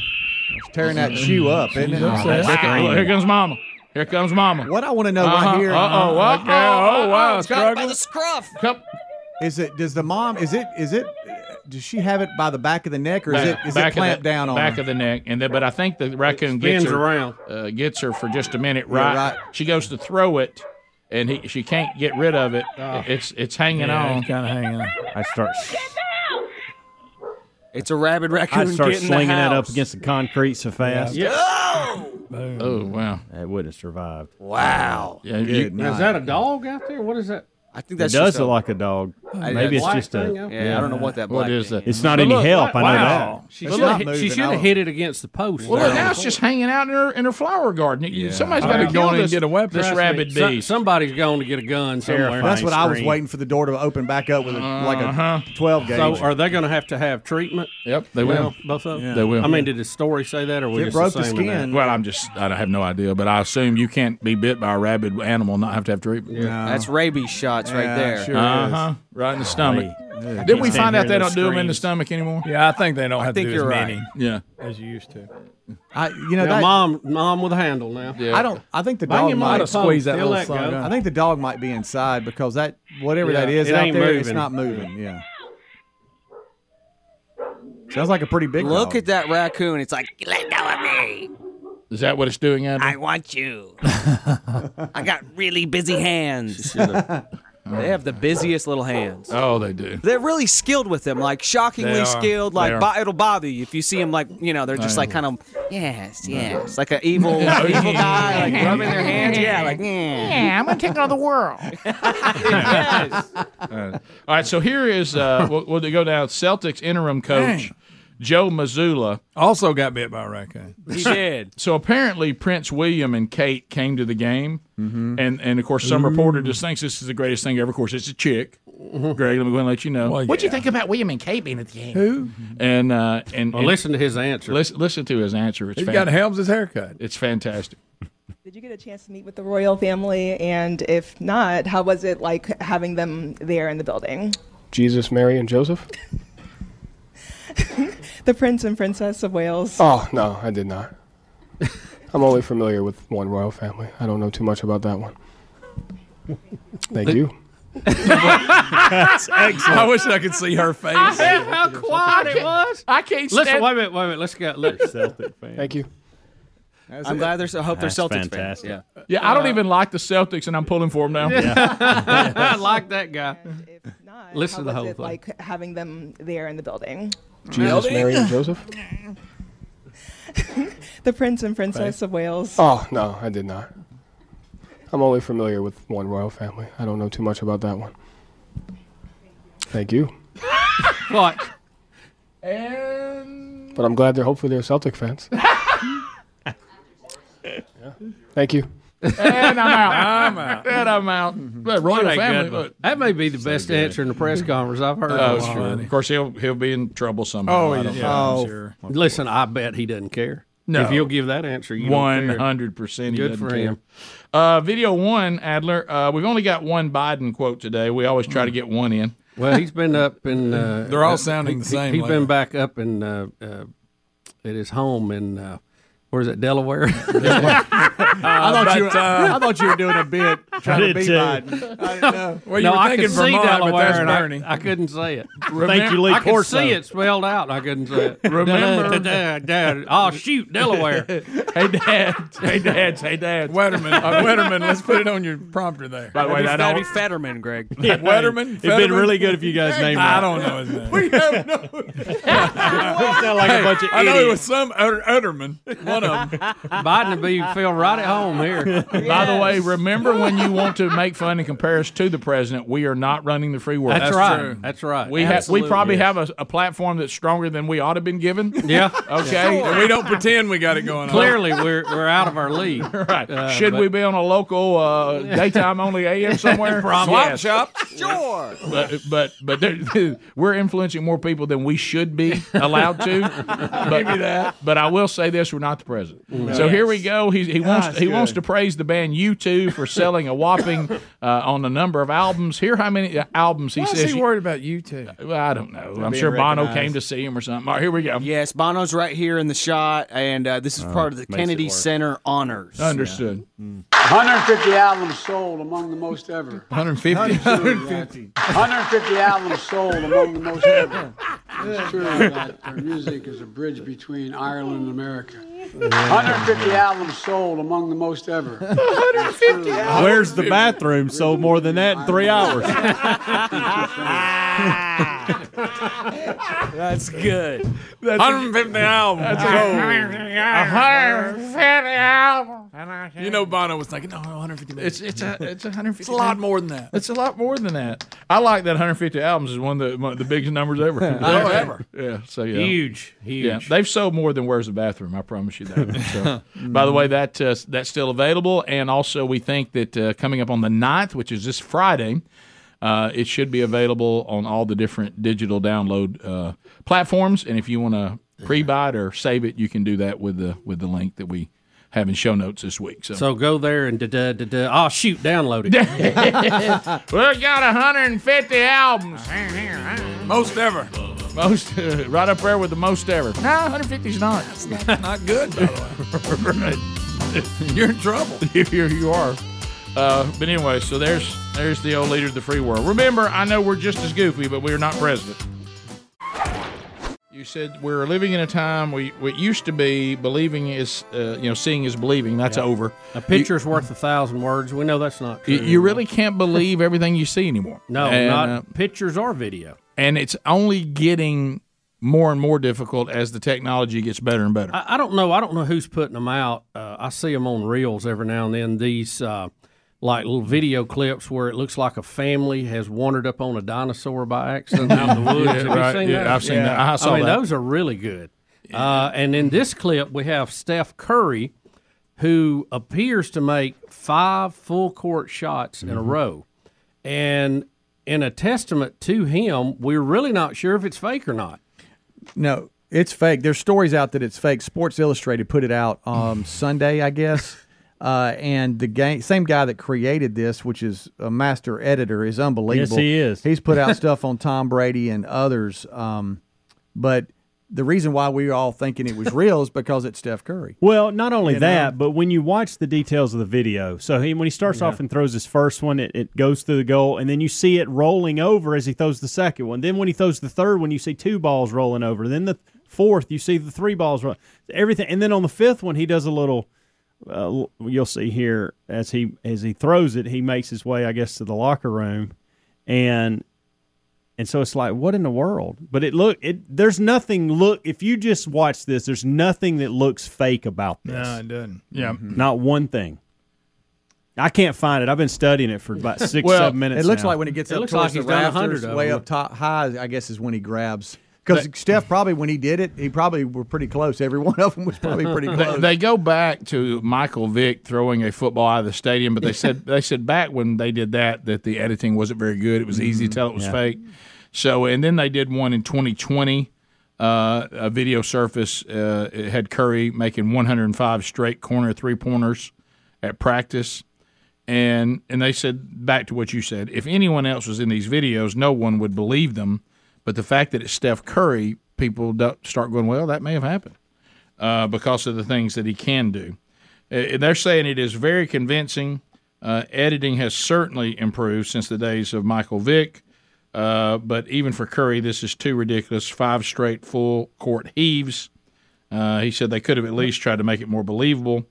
Speaker 3: It's tearing that
Speaker 5: Mm-hmm.
Speaker 3: shoe up, isn't it?
Speaker 1: Wow, look, here comes Mama. Here comes Mama.
Speaker 3: What I want to know
Speaker 1: Uh-huh.
Speaker 3: right here uh, is
Speaker 1: Uh-oh, wow.
Speaker 4: Oh,
Speaker 1: Oh,
Speaker 4: wow,
Speaker 1: wow.
Speaker 4: struggle.
Speaker 7: scruff.
Speaker 1: Come-
Speaker 3: it does the mom is it is it does she have it by the back of the neck or is it is it
Speaker 1: back of
Speaker 3: clamped
Speaker 1: the,
Speaker 3: down on
Speaker 1: back
Speaker 3: her?
Speaker 1: of the neck, and then but I think the raccoon
Speaker 2: spins
Speaker 1: gets her
Speaker 2: around.
Speaker 1: uh, gets her for just a minute.
Speaker 3: Yeah,
Speaker 1: Right,
Speaker 3: right.
Speaker 1: she goes to throw it, and he, she can't get rid of it.
Speaker 3: Oh.
Speaker 1: It's it's hanging
Speaker 4: Yeah,
Speaker 1: on.
Speaker 4: it's kinda hanging on.
Speaker 1: I start.
Speaker 7: It's a rabid raccoon.
Speaker 5: I'd start
Speaker 7: getting
Speaker 5: slinging
Speaker 7: the
Speaker 5: that up
Speaker 7: house.
Speaker 5: against the concrete so fast.
Speaker 7: Yeah.
Speaker 1: Oh wow,
Speaker 5: that wouldn't have survived.
Speaker 7: Wow.
Speaker 1: Yeah,
Speaker 5: Good
Speaker 1: you-
Speaker 5: night.
Speaker 2: Is that a dog out there? What is that?
Speaker 7: I think
Speaker 5: it does look like a dog.
Speaker 2: I-
Speaker 5: Maybe it's
Speaker 2: black
Speaker 5: just a.
Speaker 2: thing out
Speaker 7: there? Yeah, I don't know what that What black is thing that?
Speaker 5: It's not
Speaker 7: But
Speaker 5: any
Speaker 7: look,
Speaker 5: help. I know
Speaker 1: wow.
Speaker 5: that.
Speaker 2: She
Speaker 1: It's
Speaker 2: should
Speaker 1: not
Speaker 2: have
Speaker 1: moving out of-
Speaker 2: hit it against the post.
Speaker 1: Well, look, now it's just hanging out in her in her flower garden. You- Somebody's got to go in and get a weapon. This rabid
Speaker 2: Some-
Speaker 1: beast.
Speaker 2: somebody's going to get a gun somewhere.
Speaker 3: That's what I was waiting for the door to open back up with a, like
Speaker 2: Uh-huh.
Speaker 3: a 12 gauge.
Speaker 2: So, are they going to have to have treatment?
Speaker 1: Yep, they will.
Speaker 2: Both of them.
Speaker 1: They will.
Speaker 2: I mean, did the story say that, or was just assuming that?
Speaker 1: Well, I'm just I have no idea, but I assume you can't be bit by a rabid animal and not have to have treatment.
Speaker 7: That's rabies shots right there.
Speaker 1: uh huh. Right in the stomach. Did we find out they don't do them in the stomach anymore?
Speaker 4: Yeah, I think they don't
Speaker 1: I
Speaker 4: have to
Speaker 1: think
Speaker 4: do
Speaker 1: you're
Speaker 4: as
Speaker 1: right.
Speaker 4: many
Speaker 1: Yeah.
Speaker 4: as you used to.
Speaker 3: I, you know,
Speaker 2: Now,
Speaker 3: that,
Speaker 2: mom, mom with a handle now.
Speaker 3: I don't. I think the
Speaker 2: Bang
Speaker 3: dog
Speaker 2: him on
Speaker 3: might
Speaker 2: the phone. Squeeze that They'll little let son go. out.
Speaker 3: uh, I think the dog might be inside because that whatever
Speaker 2: Yeah,
Speaker 3: that is
Speaker 2: it
Speaker 3: out
Speaker 2: ain't
Speaker 3: there, it's
Speaker 2: moving.
Speaker 3: not moving. Yeah. Sounds like a pretty big.
Speaker 7: Look
Speaker 3: dog.
Speaker 7: at that raccoon. It's like, let go of me.
Speaker 1: Is that what it's doing, Adam?
Speaker 7: I want you. I got really busy hands. (laughs) they have the busiest little hands.
Speaker 1: Oh, they do.
Speaker 7: They're really skilled with them, like shockingly
Speaker 1: They are.
Speaker 7: skilled.
Speaker 1: They
Speaker 7: Like
Speaker 1: are.
Speaker 7: bo- it'll bother you if you see them. Like you know, they're just
Speaker 1: I
Speaker 7: like kind of yes, yes, like an evil,
Speaker 1: Yeah.
Speaker 7: evil guy, like rubbing their hands. Yeah, like "Mm." yeah.
Speaker 9: I'm gonna take another world.
Speaker 1: All right, so here is (laughs) uh, we'll, we'll go down. Celtics interim coach Joe Missoula
Speaker 4: also got bit by a raccoon.
Speaker 7: He did.
Speaker 1: So apparently, Prince William and Kate came to the game, and and of course, some reporter just thinks this is the greatest thing ever. Of course, it's a (laughs) chick. Greg, let me go and let you know.
Speaker 9: What'd you think about William and Kate being at the game?
Speaker 1: Who? And uh, and,
Speaker 2: Well,
Speaker 1: and-
Speaker 2: listen to his answer.
Speaker 1: Listen, listen to his answer. It's
Speaker 4: He
Speaker 1: fantastic.
Speaker 4: got Helms' haircut.
Speaker 1: It's fantastic.
Speaker 10: Did you get a chance to meet with the royal family? And if not, how was it like having them there in the building?
Speaker 11: Jesus, Mary, and Joseph?
Speaker 10: The Prince and Princess of Wales.
Speaker 11: Oh, no, I did not. (laughs) I'm only familiar with one royal family. I don't know too much about that one. Thank you.
Speaker 4: That's excellent. I wish I could see her face.
Speaker 2: How quiet it was.
Speaker 1: I can't
Speaker 2: Listen, wait a minute, wait a minute. Let's go. Let's,
Speaker 11: Thank you.
Speaker 7: I'm glad there's. I hope they're
Speaker 1: That's
Speaker 7: Celtics
Speaker 1: fantastic.
Speaker 7: fans. Yeah.
Speaker 1: Yeah, I don't even like the Celtics, and I'm pulling for them now.
Speaker 2: I like that guy.
Speaker 10: how
Speaker 2: Listen to the
Speaker 10: was
Speaker 2: whole
Speaker 10: it
Speaker 2: thing.
Speaker 10: like having them um, there in the building?
Speaker 11: Jesus, Mary, and Joseph?
Speaker 10: (laughs) The Prince and Princess of Wales.
Speaker 11: Oh, no, I did not. I'm only familiar with one royal family. I don't know too much about that one. Thank you.
Speaker 2: What?
Speaker 11: But I'm glad they're hopefully they're Celtic fans. Thank you.
Speaker 1: And I'm out. Mm-hmm.
Speaker 4: I'm
Speaker 2: (laughs)
Speaker 4: out.
Speaker 1: And I'm out. But royal
Speaker 2: What a
Speaker 1: family.
Speaker 2: good one.
Speaker 1: But,
Speaker 2: That may be the best answer in the press conference I've heard.
Speaker 1: oh,
Speaker 2: in a while.
Speaker 1: sure. Of course, he'll he'll be in trouble somehow.
Speaker 2: Oh,
Speaker 1: I don't
Speaker 2: yeah,
Speaker 1: know.
Speaker 2: I'm sure. Listen, I bet he doesn't care.
Speaker 1: No.
Speaker 2: If you'll give that answer, you
Speaker 1: One
Speaker 2: don't care.
Speaker 1: hundred percent.
Speaker 2: Good for him.
Speaker 1: Uh, video one, Adler. Uh, we've only got one Biden quote today. We always
Speaker 2: Mm.
Speaker 1: try to get one in.
Speaker 2: Well, he's been up in. Uh,
Speaker 4: They're all
Speaker 2: uh,
Speaker 4: sounding the
Speaker 2: he-
Speaker 4: same
Speaker 2: He's
Speaker 4: lately.
Speaker 2: been back up in uh, uh, at his home in uh, where is it, Delaware?
Speaker 3: I thought you.
Speaker 4: but,
Speaker 3: were-
Speaker 4: uh,
Speaker 3: I thought you were doing a
Speaker 2: (laughs)
Speaker 3: bit trying to
Speaker 5: did
Speaker 3: be
Speaker 5: too.
Speaker 3: Biden. I didn't know.
Speaker 4: Well, you
Speaker 2: no,
Speaker 4: were
Speaker 2: I could
Speaker 4: thinking Vermont,
Speaker 2: see
Speaker 4: but
Speaker 2: Delaware,
Speaker 4: that's
Speaker 2: and I-
Speaker 4: Bernie.
Speaker 2: I, couldn't say (laughs) it.
Speaker 5: Thank you, Lee
Speaker 2: I could
Speaker 5: Corso.
Speaker 2: see it spelled out. and I couldn't say (laughs) it.
Speaker 1: Remember-
Speaker 2: Da- da- da- da- oh shoot, Delaware.
Speaker 1: Hey dad. Hey dad. Hey dad.
Speaker 4: Wetterman, uh, Wetterman, let's put it on your prompter there.
Speaker 1: By the way, I
Speaker 7: That'd be (laughs)
Speaker 1: don't.
Speaker 7: Fetterman, Greg.
Speaker 4: Wetterman.
Speaker 5: It'd been really good if you guys named that.
Speaker 4: I don't know his name.
Speaker 5: sound like a bunch of
Speaker 4: I know it
Speaker 5: idiots.
Speaker 4: was some Utter- Utterman, one of them.
Speaker 2: Biden would be feel right at home here.
Speaker 1: By the way, remember when you want to make fun and compare us to the president, we are not running the free world.
Speaker 2: That's, right. That's right.
Speaker 1: We have. We probably have a, a platform that's stronger than we ought to have been given.
Speaker 2: (laughs) (laughs) yeah.
Speaker 1: Okay.
Speaker 4: And we don't pretend we got it going on.
Speaker 2: Clearly, we're we're out of our league. (laughs)
Speaker 1: Right. Should we be on a local uh, daytime only AM
Speaker 2: (laughs)
Speaker 1: somewhere?
Speaker 4: Swap
Speaker 1: Yes.
Speaker 4: shop.
Speaker 7: Sure.
Speaker 1: but but but there- (laughs) we're influencing more people than we should be allowed
Speaker 4: (laughs)
Speaker 1: to. But, But I will say this: we're not the president. So here we go. He,
Speaker 4: Ah,
Speaker 1: he wants he wants to praise the band U2 for selling a
Speaker 4: (laughs)
Speaker 1: whopping uh, on the number of albums. Here, how many uh, albums he
Speaker 4: Why
Speaker 1: says?
Speaker 4: is he worried about you two?
Speaker 1: Well, I don't know. I'm sure Bono came to see him or something. All right, here we go.
Speaker 7: Yes, Bono's right here in the shot, and uh, this is part of the Kennedy Center honors.
Speaker 1: Understood.
Speaker 12: 150 albums sold, among the most ever.
Speaker 4: 150.
Speaker 12: 150 albums sold, among the most ever. It's true that their music is a bridge between Ireland and America.
Speaker 11: Yeah.
Speaker 12: 150 albums sold, among the
Speaker 10: (laughs)
Speaker 12: most ever.
Speaker 11: 150
Speaker 5: Where's the bathroom? Sold more than that in three hours.
Speaker 7: That's good.
Speaker 4: 150 albums. Oh. You know, Bono was thinking, no, 150 million.
Speaker 1: It's- it's a- it's
Speaker 4: 150.
Speaker 1: a lot more than that.
Speaker 4: It's a lot more than that. I like that 150 albums is one of the, one of the biggest numbers ever.
Speaker 1: Oh, ever.
Speaker 4: Yeah. So yeah.
Speaker 1: Huge, huge.
Speaker 4: Yeah, they've sold more than Where's the Bathroom. I promise you that. So, by the way, that uh, that's still available, and also we think that uh, coming up on the 9th, which is this Friday. Uh, it should be available on all the different digital download uh, platforms, and if you want to pre-buy it or save it, you can do that with the with the link that we have in show notes this week. So,
Speaker 2: So go there and da da da da. Oh shoot, download (laughs) it.
Speaker 1: we got 150 albums.
Speaker 4: most ever.
Speaker 1: Most (laughs) right up there with the most ever. No, 150 is not. That's
Speaker 4: not, not good,
Speaker 1: (laughs)
Speaker 4: by
Speaker 1: the way. (laughs)
Speaker 4: You're in trouble.
Speaker 1: Here you are. Uh, but anyway, so there's there's the old leader of the free world. Remember, I know we're just as goofy, but we're not president. You said we're living in a time we what used to be believing is uh, you know seeing is believing. That's
Speaker 2: Yeah.
Speaker 1: over.
Speaker 2: A picture's worth a thousand words. We know that's not true.
Speaker 1: You, you really can't (laughs) believe everything you see anymore.
Speaker 2: no,
Speaker 1: And,
Speaker 2: not
Speaker 1: uh,
Speaker 2: pictures or video.
Speaker 1: Mm-hmm. and it's only getting more and more difficult as the technology gets better and better.
Speaker 2: I, I don't know. I don't know who's putting them out. Uh, I see them on reels every now and then. These uh, like little video clips where it looks like a family has wandered up on a dinosaur by accident out in the woods.
Speaker 1: Yeah,
Speaker 2: Have you
Speaker 1: right.
Speaker 2: seen
Speaker 1: Yeah,
Speaker 2: that?
Speaker 1: I've seen that. I saw
Speaker 2: mean,
Speaker 1: that.
Speaker 2: those are really good. Uh, and in this clip, we have Steph Curry, who appears to make five full court shots in a
Speaker 1: Mhm.
Speaker 2: row. And in a testament to him, we're really not sure if it's fake or not.
Speaker 3: No, it's fake. There's stories out that it's fake. Sports Illustrated put it out
Speaker 12: (laughs)
Speaker 3: um, Sunday, I guess. Uh, and the game, same guy that created this, which is a master editor, is
Speaker 5: Yes,
Speaker 3: unbelievable.
Speaker 5: he is.
Speaker 3: He's put (laughs) out stuff on Tom Brady and others. Um, but the reason why we were all thinking it was real is because it's Steph Curry.
Speaker 5: Well, not only
Speaker 3: You know?
Speaker 5: that, but when you watch the details of the video, so he, when he starts
Speaker 3: Yeah.
Speaker 5: off and throws his first one, it, it goes through the goal, and then you see it rolling over as he throws the second one. Then when he throws the third one, you see two balls rolling over. Then the fourth, you see the three balls roll. Everything, and then on the fifth one, he does a little. Uh, l- you'll see here as he as he throws it, he makes his way, I guess, to the locker room, and and so it's like, what in the world? But it look it there's nothing look if you just watch this, there's nothing that looks fake about this.
Speaker 4: No, it doesn't. Yeah.
Speaker 1: Mm-hmm.
Speaker 5: Not one thing. I can't find it. I've been studying it for about six, seven minutes.
Speaker 3: It looks
Speaker 5: now.
Speaker 3: like when it gets up towards the rafters, way up top high, I guess is when he grabs. Because Steph probably when he did it, he probably were pretty close. Every (laughs) one of them was probably (laughs) pretty
Speaker 1: They-
Speaker 3: close.
Speaker 1: They, go back to Michael Vick throwing a football out of the stadium, but they said they said back when they did that that the editing wasn't very good. It was easy to tell it was
Speaker 4: Yeah.
Speaker 1: fake. So and then they did one in 2020. Uh, a video surface uh, it had Curry making 105 straight corner three pointers at practice, and and they said back to what you said. If anyone else was in these videos, no one would believe them. But the fact that it's Steph Curry, people don't start going, well, that may have happened uh, because of the things that he can do. Uh, they're saying it is very convincing. Uh, editing has certainly improved since the days of Michael Vick. Uh, but even for Curry, this is too ridiculous. Five straight full court heaves. Uh, he said they could have at least tried to make it more believable.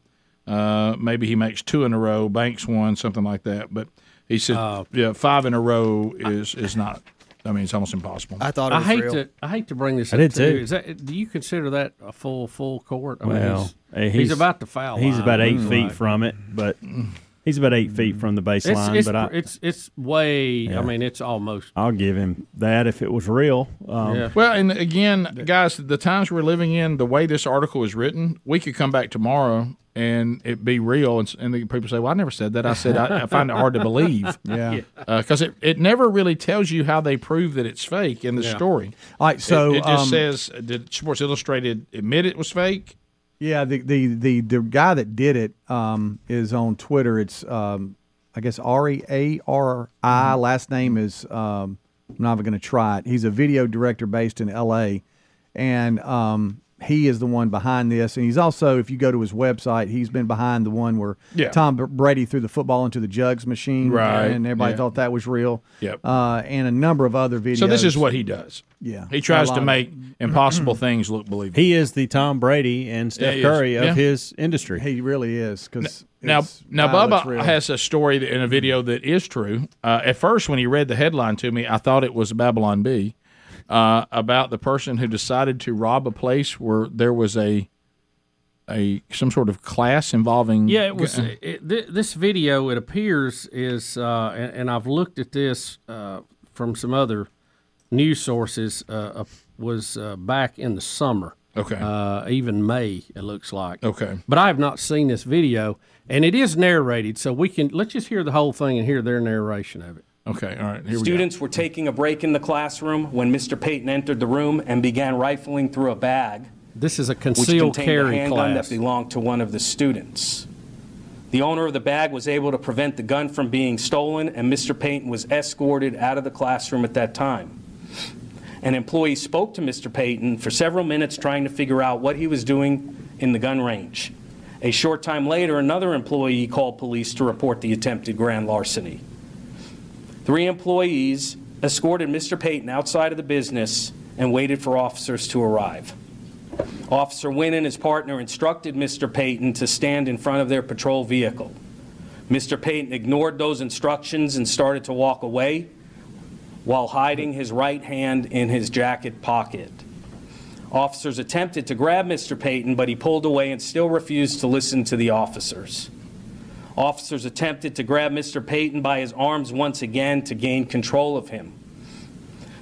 Speaker 1: Uh, maybe he makes two in a row, banks one, something like that. But he said,
Speaker 3: Oh.
Speaker 1: yeah, five in a row is is not. I mean, it's almost impossible.
Speaker 2: I hate to I hate to bring this.
Speaker 1: I
Speaker 2: up
Speaker 1: did too.
Speaker 2: Is that do you consider that a full full court? I
Speaker 5: Well,
Speaker 2: mean, he's,
Speaker 5: uh,
Speaker 2: he's about to foul.
Speaker 5: He's
Speaker 2: line,
Speaker 5: about eight
Speaker 2: looks
Speaker 5: feet
Speaker 2: like.
Speaker 5: from it, but he's about eight feet from the
Speaker 2: It's
Speaker 5: baseline.
Speaker 2: it's,
Speaker 5: but I,
Speaker 2: it's it's way.
Speaker 5: Yeah.
Speaker 2: I mean, it's almost.
Speaker 5: I'll give him that if it was real. Um,
Speaker 1: Well, and again, guys, the times we're living in, the way this article is written, we could come back tomorrow and it be real, and, s- and the people say, "Well, I never said that." I said, "I, I find it hard to believe."
Speaker 3: (laughs) Yeah.
Speaker 1: because it, it never really tells you how they prove that it's fake in the
Speaker 3: Yeah.
Speaker 1: story.
Speaker 3: All right, so,
Speaker 1: it, it just
Speaker 3: um,
Speaker 1: says, "Did Sports Illustrated admit it was fake?"
Speaker 3: Yeah, the the the, the guy that did it um, is on Twitter. It's um, I guess Ari A R I.
Speaker 1: Mm-hmm.
Speaker 3: Last name is um, I'm not even going to try it. He's a video director based in L.A. and um, he is the one behind this, and he's also, if you go to his website, he's been behind the one where
Speaker 1: Yeah.
Speaker 3: Tom Brady threw the football into the jugs machine,
Speaker 1: Right.
Speaker 3: And everybody
Speaker 1: Yeah.
Speaker 3: thought that was real,
Speaker 1: Yep.
Speaker 3: Uh, and a number of other videos.
Speaker 1: So this is what he does.
Speaker 3: Yeah.
Speaker 1: He tries
Speaker 3: A lot
Speaker 1: to
Speaker 3: of-
Speaker 1: make impossible things look believable.
Speaker 5: He is the Tom Brady and
Speaker 1: Yeah,
Speaker 5: Steph
Speaker 1: he is.
Speaker 5: Curry of
Speaker 1: Yeah.
Speaker 5: his industry.
Speaker 3: He really is because
Speaker 1: Now, now
Speaker 3: wow, it's
Speaker 1: Bubba
Speaker 3: real.
Speaker 1: has a story that- in a video that is true. Uh, at first, when he read the headline to me, I thought it was Babylon B uh, about the person who decided to rob a place where there was a a some sort of class involving.
Speaker 2: Yeah, it was. It, th- this video, it appears, is, uh, and, and I've looked at this uh, from some other news sources, uh, uh, was uh, back in the summer.
Speaker 1: Okay.
Speaker 2: Uh, even May, it looks like.
Speaker 1: Okay.
Speaker 2: But I have not seen this video, and it is narrated, so we can let's just hear the whole thing and hear their narration of it.
Speaker 1: Okay, all right.
Speaker 13: Students were taking a break in the classroom when Mr. Payton entered the room and began rifling through a bag.
Speaker 2: This is a
Speaker 13: which
Speaker 2: concealed
Speaker 13: contained a
Speaker 2: carry
Speaker 13: handgun
Speaker 2: class.
Speaker 13: that belonged to one of the students. The owner of the bag was able to prevent the gun from being stolen, and Mr. Payton was escorted out of the classroom at that time. An employee spoke to Mr. Payton for several minutes trying to figure out what he was doing in the gun range. A short time later, another employee called police to report the attempted grand larceny. Three employees escorted Mr. Payton outside of the business and waited for officers to arrive. Officer Wynn and his partner instructed Mr. Payton to stand in front of their patrol vehicle. Mr. Payton ignored those instructions and started to walk away while hiding his right hand in his jacket pocket. Officers attempted to grab Mr. Payton, but he pulled away and still refused to listen to the officers. Officers attempted to grab Mr. Payton by his arms once again to gain control of him.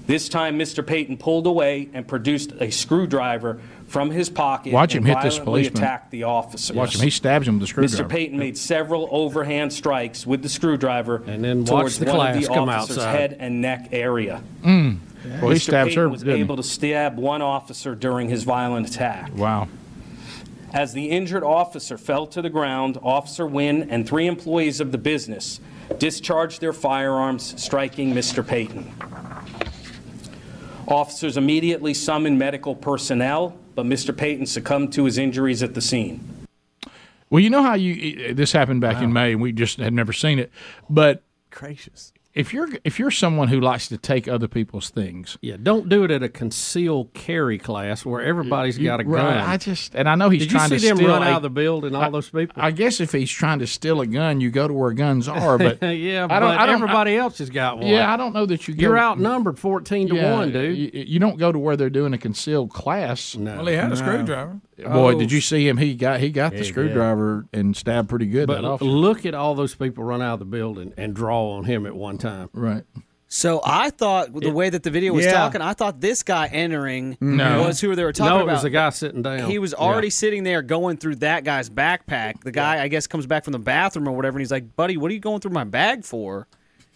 Speaker 13: This time, Mr. Payton pulled away and produced a screwdriver from his pocket.
Speaker 1: Watch him
Speaker 13: and
Speaker 1: hit this
Speaker 13: violently
Speaker 1: policeman.
Speaker 13: Attacked the officers.
Speaker 1: Watch him. He stabs him with a screwdriver.
Speaker 13: Mr. Payton made several overhand strikes with the screwdriver and then
Speaker 1: watch
Speaker 13: towards
Speaker 1: the
Speaker 13: one of
Speaker 1: class
Speaker 13: the
Speaker 1: come
Speaker 13: officer's
Speaker 1: outside.
Speaker 13: head and neck area.
Speaker 1: Mm. Well, he
Speaker 13: Mr.
Speaker 1: stabs
Speaker 13: Payton
Speaker 1: her.
Speaker 13: was
Speaker 1: didn't he?
Speaker 13: able to stab one officer during his violent attack.
Speaker 1: Wow.
Speaker 13: As the injured officer fell to the ground, Officer Wynn and three employees of the business discharged their firearms, striking Mr. Payton. Officers immediately summoned medical personnel, but Mr. Payton succumbed to his injuries at the scene.
Speaker 1: Well, you know how you this happened back in May, and we just had never seen it. But
Speaker 3: gracious,
Speaker 1: if you're if you're someone who likes to take other people's things,
Speaker 2: yeah, don't do it at a concealed carry class where everybody's
Speaker 1: You-
Speaker 2: got a gun.
Speaker 1: right, I just and I know he's
Speaker 2: Did
Speaker 1: trying
Speaker 2: you see
Speaker 1: to
Speaker 2: them
Speaker 1: steal
Speaker 2: run
Speaker 1: a-
Speaker 2: out of the building? All
Speaker 1: I-
Speaker 2: those people.
Speaker 1: I guess if he's trying to steal a gun, you go to where
Speaker 2: (laughs)
Speaker 1: guns are. But I don't.
Speaker 2: yeah, but
Speaker 1: I don't,
Speaker 2: everybody else has got one.
Speaker 1: Yeah, I don't know that you. Go,
Speaker 2: You're outnumbered fourteen to
Speaker 1: Yeah,
Speaker 2: one, dude.
Speaker 1: You, you don't go to where they're doing a concealed class. No.
Speaker 2: Well, he had a No. screwdriver.
Speaker 1: Boy,
Speaker 2: Oh.
Speaker 1: did you see him? He got he got
Speaker 2: Yeah,
Speaker 1: the
Speaker 2: he did.
Speaker 1: screwdriver and stabbed pretty good.
Speaker 2: But
Speaker 1: that officer.
Speaker 2: look at all those people run out of the building and draw on him at one time.
Speaker 1: Right.
Speaker 7: So I thought the way that the video was
Speaker 2: Yeah.
Speaker 7: talking, I thought this guy entering
Speaker 2: No.
Speaker 7: was who they were talking
Speaker 2: No, it
Speaker 7: about.
Speaker 2: was the guy sitting down.
Speaker 7: He was
Speaker 2: Yeah.
Speaker 7: already sitting there going through that guy's backpack. The guy, I guess, comes back from the bathroom or whatever, and he's like, "Buddy, what are you going through my bag for?"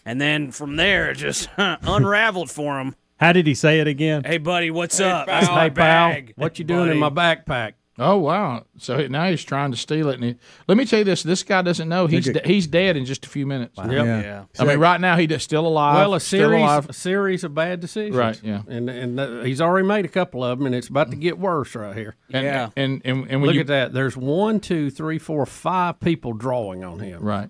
Speaker 7: And then from there, it just (laughs) unraveled for him.
Speaker 5: How did he say it again?
Speaker 7: Hey, buddy, what's
Speaker 5: Hey,
Speaker 7: up?
Speaker 5: pal.
Speaker 7: That's my
Speaker 5: Hey, pal.
Speaker 7: bag.
Speaker 2: What you doing in my backpack?
Speaker 1: Oh wow! So now he's trying to steal it. And he, let me tell you this: this guy doesn't know he's
Speaker 2: Look at-
Speaker 1: de- he's dead in just a few minutes.
Speaker 2: Yep. Yeah. Yeah.
Speaker 1: I mean, right now he's still alive.
Speaker 2: well, a
Speaker 1: still
Speaker 2: series,
Speaker 1: alive.
Speaker 2: a series of bad decisions.
Speaker 1: Right, yeah.
Speaker 2: and and uh, he's already made a couple of them, and it's about to get worse right here.
Speaker 1: And- Yeah. and- and- and when
Speaker 2: look
Speaker 1: you-
Speaker 2: at that. There's one, two, three, four, five people drawing on him.
Speaker 1: Right.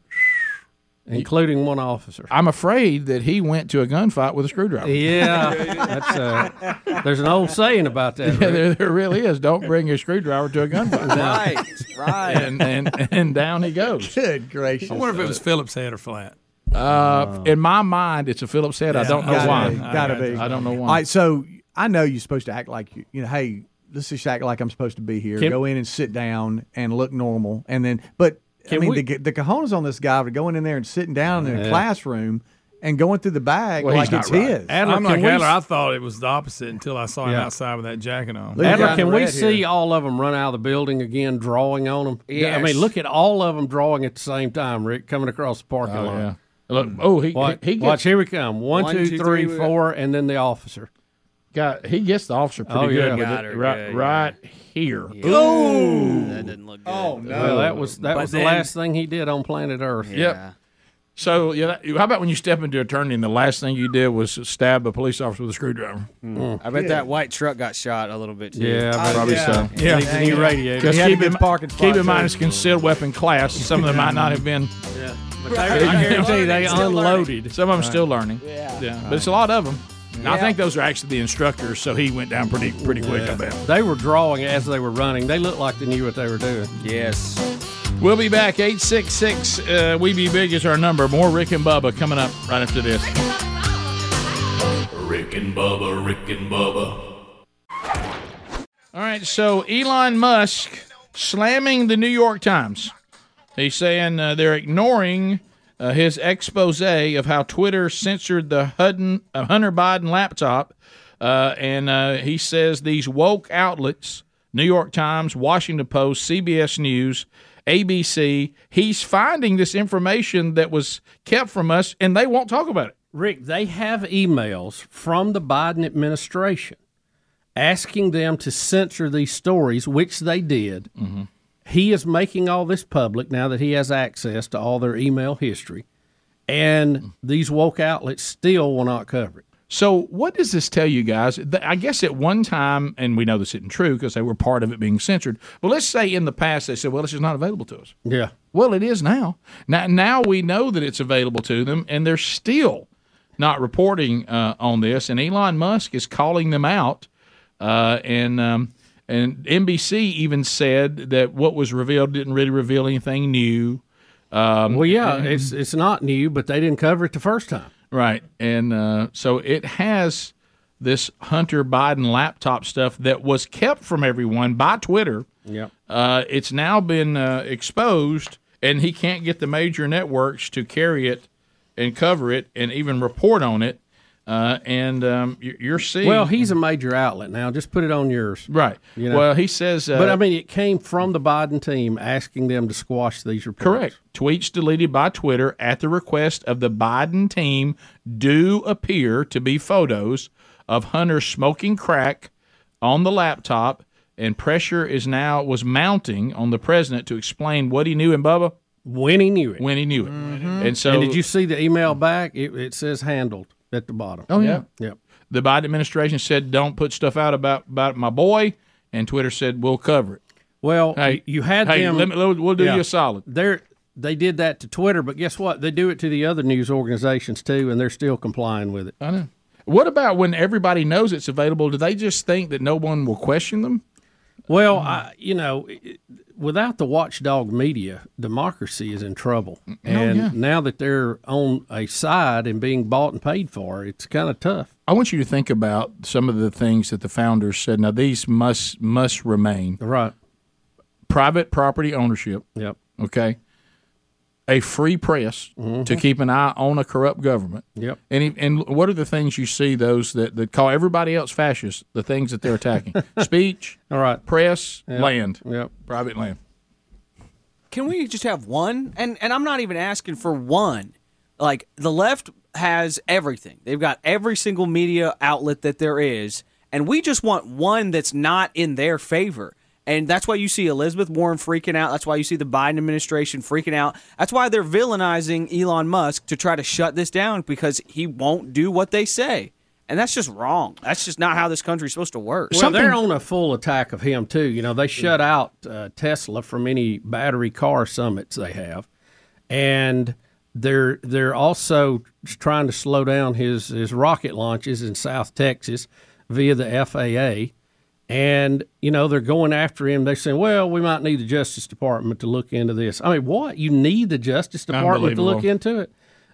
Speaker 2: Including one officer.
Speaker 1: (laughs) I'm afraid that he went to a gunfight with a screwdriver.
Speaker 2: Yeah, (laughs) that's uh, there's an old saying about
Speaker 1: (laughs)
Speaker 2: that.
Speaker 1: Yeah, (laughs) there, there really is. Don't bring your screwdriver to a gunfight.
Speaker 7: (laughs)
Speaker 2: (laughs) Right,
Speaker 7: right.
Speaker 1: And, and and down he goes.
Speaker 3: (laughs) Good gracious!
Speaker 4: I wonder if it was Phillips head or flat.
Speaker 2: Oh.
Speaker 1: Uh, in my mind, it's a Phillips head. I
Speaker 3: Yeah,
Speaker 1: don't know
Speaker 3: gotta
Speaker 1: why.
Speaker 3: be, gotta be.
Speaker 1: I don't know
Speaker 3: All
Speaker 1: why.
Speaker 3: right, so I know you're supposed to act like you, you know, hey, let's just act like I'm supposed to be here.
Speaker 1: Can-
Speaker 3: Go in and sit down and look normal, and then, but I
Speaker 1: Can
Speaker 3: mean,
Speaker 1: we-
Speaker 3: the, the cojones on this guy for going in there and sitting down in
Speaker 4: Yeah.
Speaker 3: a classroom and going through the bag
Speaker 4: Well,
Speaker 3: like
Speaker 4: he's not
Speaker 3: it's
Speaker 4: right.
Speaker 3: his.
Speaker 4: I'm like Adler. I thought it was the opposite until I saw him
Speaker 2: Yeah.
Speaker 4: outside with that jacket on.
Speaker 2: Adler, can we see all of them run out of the building again, drawing on them? I
Speaker 4: Yes.
Speaker 2: mean, look at all of them drawing at the same time, Rick, coming across the parking
Speaker 1: Oh,
Speaker 2: lot.
Speaker 1: yeah. Look, oh, he-
Speaker 2: watch,
Speaker 1: he- he gets-
Speaker 2: watch, here we come. One, two, three, four, and then the officer.
Speaker 1: Got he gets the officer pretty
Speaker 2: Oh, yeah.
Speaker 1: good with
Speaker 2: Got
Speaker 1: it
Speaker 2: her
Speaker 1: right
Speaker 2: good,
Speaker 1: right here.
Speaker 2: Oh,
Speaker 7: that didn't look good.
Speaker 2: Oh no, well, that was that
Speaker 1: But
Speaker 2: was
Speaker 1: then-
Speaker 2: the last thing he did on planet Earth.
Speaker 1: Yep. So yeah, that- how about when you step into attorney and the last thing you did was stab a police officer with a screwdriver?
Speaker 4: I bet that white truck got shot a little bit too.
Speaker 1: Yeah, I bet Probably it- so.
Speaker 4: Yeah,
Speaker 1: Yeah.
Speaker 4: Leaves a new
Speaker 1: Yeah.
Speaker 4: radiator.
Speaker 1: Just
Speaker 4: He had a
Speaker 1: keep
Speaker 4: good
Speaker 1: in-
Speaker 4: parking spot,
Speaker 1: keep in
Speaker 4: too.
Speaker 1: mind it's concealed weapon class. Some of them might not have been.
Speaker 4: Yeah. But they-
Speaker 1: (laughs)
Speaker 4: I guarantee they unloaded.
Speaker 1: Some of them
Speaker 4: Right.
Speaker 1: still learning.
Speaker 4: Yeah.
Speaker 1: But it's a lot of them. And I think those are actually the instructors, so he went down pretty pretty quick. I bet.
Speaker 2: They were drawing as they were running. They looked like they knew what they were doing.
Speaker 1: Yes. We'll be back. 866 uh, We Be Big is our number. More Rick and Bubba coming up right after this.
Speaker 6: Rick and Bubba, Rick and Bubba.
Speaker 1: All right, so Elon Musk slamming the New York Times. He's saying uh, they're ignoring uh, his expose of how Twitter censored the Hudden, uh, Hunter Biden laptop. Uh, and uh, he says these woke outlets, New York Times, Washington Post, CBS News, ABC, he's finding this information that was kept from us, and they won't talk about it.
Speaker 2: Rick, they have emails from the Biden administration asking them to censor these stories, which they did. He is making all this public now that he has access to all their email history, and these woke outlets still will not cover it.
Speaker 1: So, what does this tell you guys? Th- I guess at one time, and we know this isn't true because they were part of it being censored. But let's say in the past they said, "Well, this is not available to us."
Speaker 2: Yeah.
Speaker 1: Well, it is now. Now, now we know that it's available to them, and they're still not reporting uh, on this. And Elon Musk is calling them out. Uh, and um, and NBC even said that what was revealed didn't really reveal anything new. Um,
Speaker 2: well, yeah, it's it's not new, but they didn't cover it the first time.
Speaker 1: Right. And uh, so it has this Hunter Biden laptop stuff that was kept from everyone by Twitter.
Speaker 2: Yep.
Speaker 1: Uh, it's now been uh, exposed, and he can't get the major networks to carry it and cover it and even report on it. Uh, and um, you- you're seeing.
Speaker 2: Well, he's a major outlet now. Just put it on yours.
Speaker 1: Right.
Speaker 2: You know?
Speaker 1: Well, he says. Uh,
Speaker 2: but I mean, it came from the Biden team asking them to squash these reports.
Speaker 1: Correct. Tweets deleted by Twitter at the request of the Biden team do appear to be photos of Hunter smoking crack on the laptop, and pressure is now was mounting on the president to explain what he knew and Bubba
Speaker 2: when he knew it.
Speaker 1: When he knew it, and so
Speaker 2: did you see the email back? It, it says handled at the bottom.
Speaker 1: Oh yeah,
Speaker 2: Yep.
Speaker 1: The Biden administration said don't put stuff out about about my boy, and Twitter said we'll cover it.
Speaker 2: Well,
Speaker 1: Hey,
Speaker 2: you had
Speaker 1: hey,
Speaker 2: them.
Speaker 1: let me- we'll- we'll do you a solid.
Speaker 2: They're, they did that to Twitter, but guess what? They do it to the other news organizations too, and they're still complying with it.
Speaker 1: I know. What about when everybody knows it's available? Do they just think that no one will question them?
Speaker 2: Well,
Speaker 1: mm.
Speaker 2: I, you know, it- without the watchdog media, democracy is in trouble. and
Speaker 1: Mm, oh, yeah.
Speaker 2: now that they're on a side and being bought and paid for, it's kind of tough.
Speaker 1: I want you to think about some of the things that the founders said. Now these must must remain
Speaker 2: right.
Speaker 1: Private property ownership.
Speaker 2: Yep.
Speaker 1: Okay. A free press to
Speaker 2: Mhm.
Speaker 1: keep an eye on a corrupt government.
Speaker 2: Yep.
Speaker 1: And he- and what are the things you see those that, that call everybody else fascist? The things that they're
Speaker 2: (laughs)
Speaker 1: attacking: speech,
Speaker 2: all right,
Speaker 1: press,
Speaker 7: Yep.
Speaker 1: land,
Speaker 2: yep.
Speaker 1: private land.
Speaker 7: Can we just have one? And and I'm not even asking for one. Like the left has everything. They've got every single media outlet that there is, and we just want one that's not in their favor. And that's why you see Elizabeth Warren freaking out. That's why you see the Biden administration freaking out. That's why they're villainizing Elon Musk to try to shut this down because he won't do what they say. And that's just wrong. That's just not how this country's supposed to work.
Speaker 2: Well, they're on a full attack of him too. You know, they shut out uh, Tesla from any battery car summits they have, and they're they're also trying to slow down his his rocket launches in South Texas via the FAA. And you know they're going after him. They're saying, "Well, we might need the Justice Department to look into this." I mean, what you need the Justice Department to look
Speaker 1: Unbelievable.
Speaker 2: into it?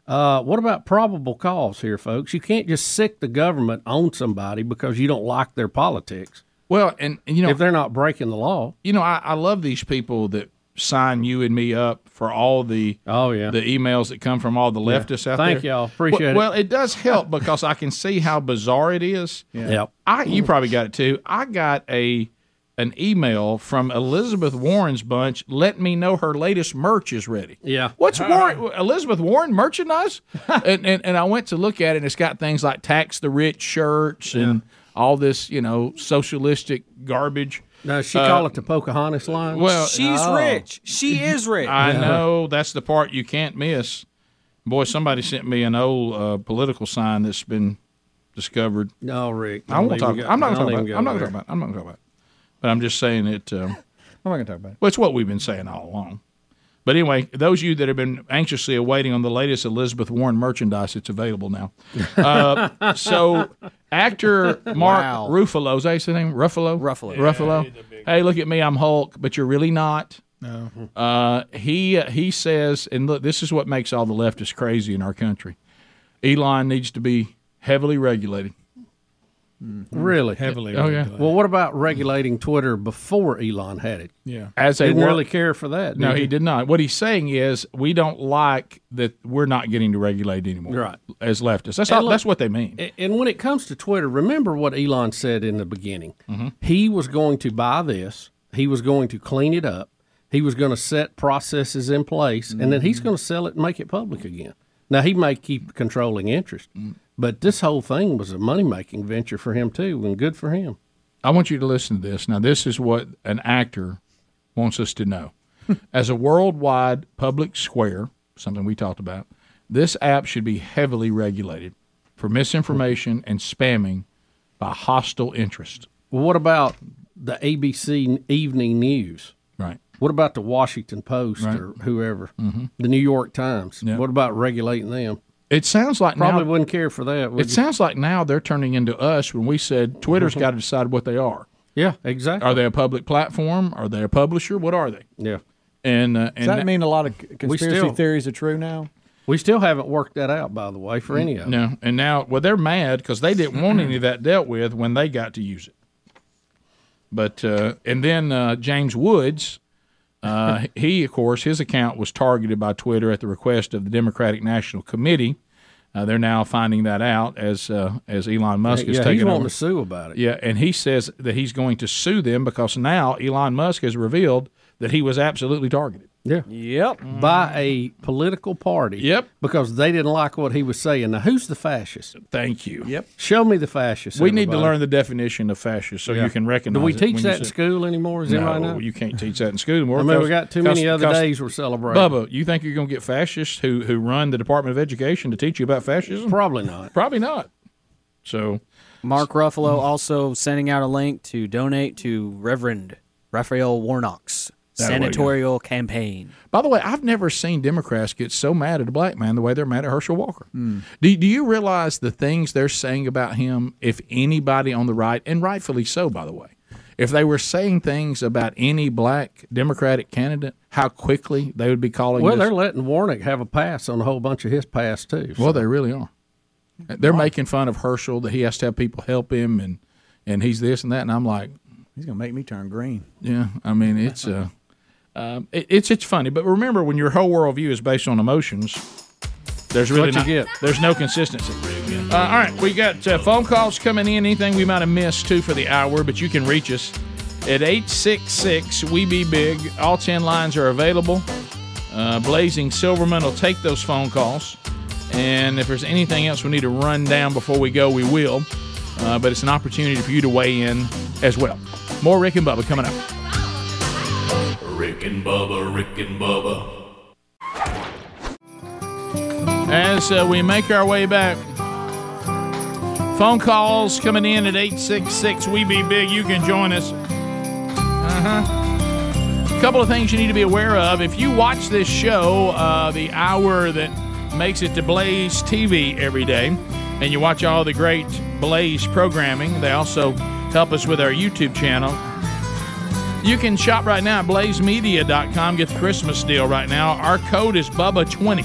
Speaker 2: Uh, what about probable cause here, folks? You can't just sick the government on somebody because you don't like their politics.
Speaker 1: Well, and, you know,
Speaker 2: if they're not breaking the law,
Speaker 1: you know, I, I love these people that sign you and me up for all the
Speaker 2: oh yeah
Speaker 1: the emails that come from all the
Speaker 2: Yeah.
Speaker 1: leftists out there.
Speaker 2: Thank y'all. Appreciate
Speaker 1: well,
Speaker 2: it.
Speaker 1: Well, it does help because I can see how bizarre it is.
Speaker 2: Yeah. Yep.
Speaker 1: I you probably got it too. I got a an email from Elizabeth Warren's bunch. Let me know her latest merch is ready.
Speaker 2: Yeah.
Speaker 1: What's Warren Elizabeth Warren
Speaker 2: (laughs)
Speaker 1: merchandise? and, and and I went to look at it and it's got things like tax the rich shirts and all this, you know, socialistic garbage.
Speaker 2: No, she
Speaker 1: Uh,
Speaker 2: called it the Pocahontas line.
Speaker 1: well,
Speaker 7: She's rich. She is rich.
Speaker 1: I know that's the part you can't miss. Boy, somebody sent me an old uh, political sign that's been discovered.
Speaker 2: No, Rick.
Speaker 1: I won't
Speaker 2: don't
Speaker 1: talk.
Speaker 2: even go-
Speaker 1: I'm not
Speaker 2: don't
Speaker 1: going to talk
Speaker 2: even
Speaker 1: about. It.
Speaker 2: go
Speaker 1: I'm not going to
Speaker 2: there.
Speaker 1: talk about. It. I'm not going to talk about. It. But I'm just saying it. Um,
Speaker 3: I'm not going to talk about it.
Speaker 1: Well, it's what we've been saying all along. But anyway, those of you that have been anxiously awaiting on the latest Elizabeth Warren merchandise, it's available now. Uh, so, actor Mark
Speaker 14: Wow.
Speaker 1: Ruffalo, is that his name? Ruffalo? Ruffalo. Ruffalo. hey, look at me, I'm Hulk, but you're really not.
Speaker 15: No.
Speaker 1: Uh, he he says, and look, this is what makes all the leftists crazy in our country. Elon needs to be heavily regulated.
Speaker 2: Really
Speaker 1: Heavily Oh, yeah. regulated.
Speaker 2: Well, what about regulating Twitter before Elon had it?
Speaker 1: Yeah. As a
Speaker 2: didn't
Speaker 1: wor-
Speaker 2: really care for that.
Speaker 1: No,
Speaker 2: did
Speaker 1: he
Speaker 2: you?
Speaker 1: did not. What he's saying is we don't like that we're not getting to regulate anymore.
Speaker 2: Right.
Speaker 1: As leftists. That's
Speaker 2: And
Speaker 1: all,
Speaker 2: look-
Speaker 1: that's what they mean.
Speaker 2: A- And when it comes to Twitter, remember what Elon said in the beginning. He was going to buy this. He was going to clean it up. He was going to set processes in place, and then he's going to sell it and make it public again. Now he may keep controlling interest, but this whole thing was a money making venture for him too, and good for him.
Speaker 1: I want you to listen to this. Now, this is what an actor wants us to
Speaker 2: (laughs)
Speaker 1: know. As a worldwide public square, something we talked about, this app should be heavily regulated for misinformation and spamming by hostile interest.
Speaker 2: Well, what about the ABC Evening News?
Speaker 1: Right.
Speaker 2: What about the Washington Post or whoever? The New York Times. What about regulating them?
Speaker 1: It sounds like now-
Speaker 2: probably wouldn't care for that. would Mm-hmm.
Speaker 1: It
Speaker 2: you?
Speaker 1: sounds like now they're turning into us when we said Twitter's got to decide what they are.
Speaker 2: Yeah, exactly.
Speaker 1: Are they a public platform? Are they a publisher? What are they?
Speaker 2: Yeah.
Speaker 1: And uh,
Speaker 3: Does
Speaker 1: and
Speaker 3: that mean a lot of c-
Speaker 1: We
Speaker 3: conspiracy
Speaker 1: still-
Speaker 3: theories are true now?
Speaker 2: We still haven't worked that out, by the way, for any of them.
Speaker 1: No, and now well they're mad because they didn't want
Speaker 2: (clears throat)
Speaker 1: any of that dealt with when they got to use it. But uh, and then uh, James Woods,
Speaker 2: (laughs)
Speaker 1: uh, he of course his account was targeted by Twitter at the request of the Democratic National Committee. Uh, they're now finding that out as uh, as Elon Musk
Speaker 2: yeah,
Speaker 1: is
Speaker 2: he's
Speaker 1: taking
Speaker 2: wanting
Speaker 1: over.
Speaker 2: to sue about it.
Speaker 1: Yeah, and he says that he's going to sue them because now Elon Musk has revealed that he was absolutely targeted.
Speaker 2: Yeah. Yep. By a political party.
Speaker 1: Mm-hmm. Yep.
Speaker 2: Because they didn't like what he was saying. Now, who's the fascist?
Speaker 1: Thank you. Yep.
Speaker 2: Show me the fascist.
Speaker 1: We need to
Speaker 2: everybody.
Speaker 1: learn the definition of fascist so
Speaker 2: Yeah.
Speaker 1: you can recognize.
Speaker 2: Do we
Speaker 1: it
Speaker 2: teach
Speaker 1: when you
Speaker 2: that in
Speaker 1: see it.
Speaker 2: school anymore? Is
Speaker 1: no,
Speaker 2: anybody know?
Speaker 1: you can't teach that in school anymore.
Speaker 2: I mean, we
Speaker 1: because-
Speaker 2: got too many
Speaker 1: because-
Speaker 2: other
Speaker 1: because-
Speaker 2: days we're celebrating.
Speaker 1: Bubba, you think you're going to get fascists who who run the Department of Education to teach you about fascism?
Speaker 2: Probably not.
Speaker 1: Probably not. So
Speaker 7: Mark Ruffalo also sending out a link to donate to Reverend Raphael Warnock's
Speaker 1: That way, yeah.
Speaker 7: senatorial campaign.
Speaker 1: By the way, I've never seen Democrats get so mad at a black man the way they're mad at Herschel Walker.
Speaker 2: Hmm.
Speaker 1: Do, do you realize the things they're saying about him, if anybody on the right, and rightfully so, by the way, if they were saying things about any black Democratic candidate, how quickly they would be calling
Speaker 2: Well,
Speaker 1: this-
Speaker 2: they're letting Warnick have a pass on a whole bunch of his past too.
Speaker 1: Well, they really are. They're making fun of Herschel that he has to have people help him and and he's this and that. And I'm like,
Speaker 3: He's going to make me turn green.
Speaker 1: yeah, I mean it's uh, um, it, it's it's funny. But remember, when your whole worldview is based on emotions, there's really
Speaker 2: What you
Speaker 1: not, there's no consistency. Uh, all right, we got uh, phone calls coming in. Anything we might have missed too for the hour, but you can reach us at eight six six. E We be big. All ten lines are available. Uh, Blazing Silverman will take those phone calls. And if there's anything else we need to run down before we go, we will. Uh, but it's an opportunity for you to weigh in as well. More Rick and Bubba coming up.
Speaker 6: Rick and Bubba, Rick and Bubba.
Speaker 1: As uh, we make our way back, phone calls coming in at 866 We Be Big. You can join us. Uh huh. A couple of things you need to be aware of. If you watch this show, uh, the hour that makes it to Blaze TV every day, and you watch all the great Blaze programming, they also help us with our YouTube channel. You can shop right now at blazemedia.com. Get the Christmas deal right now. Our code is Bubba20.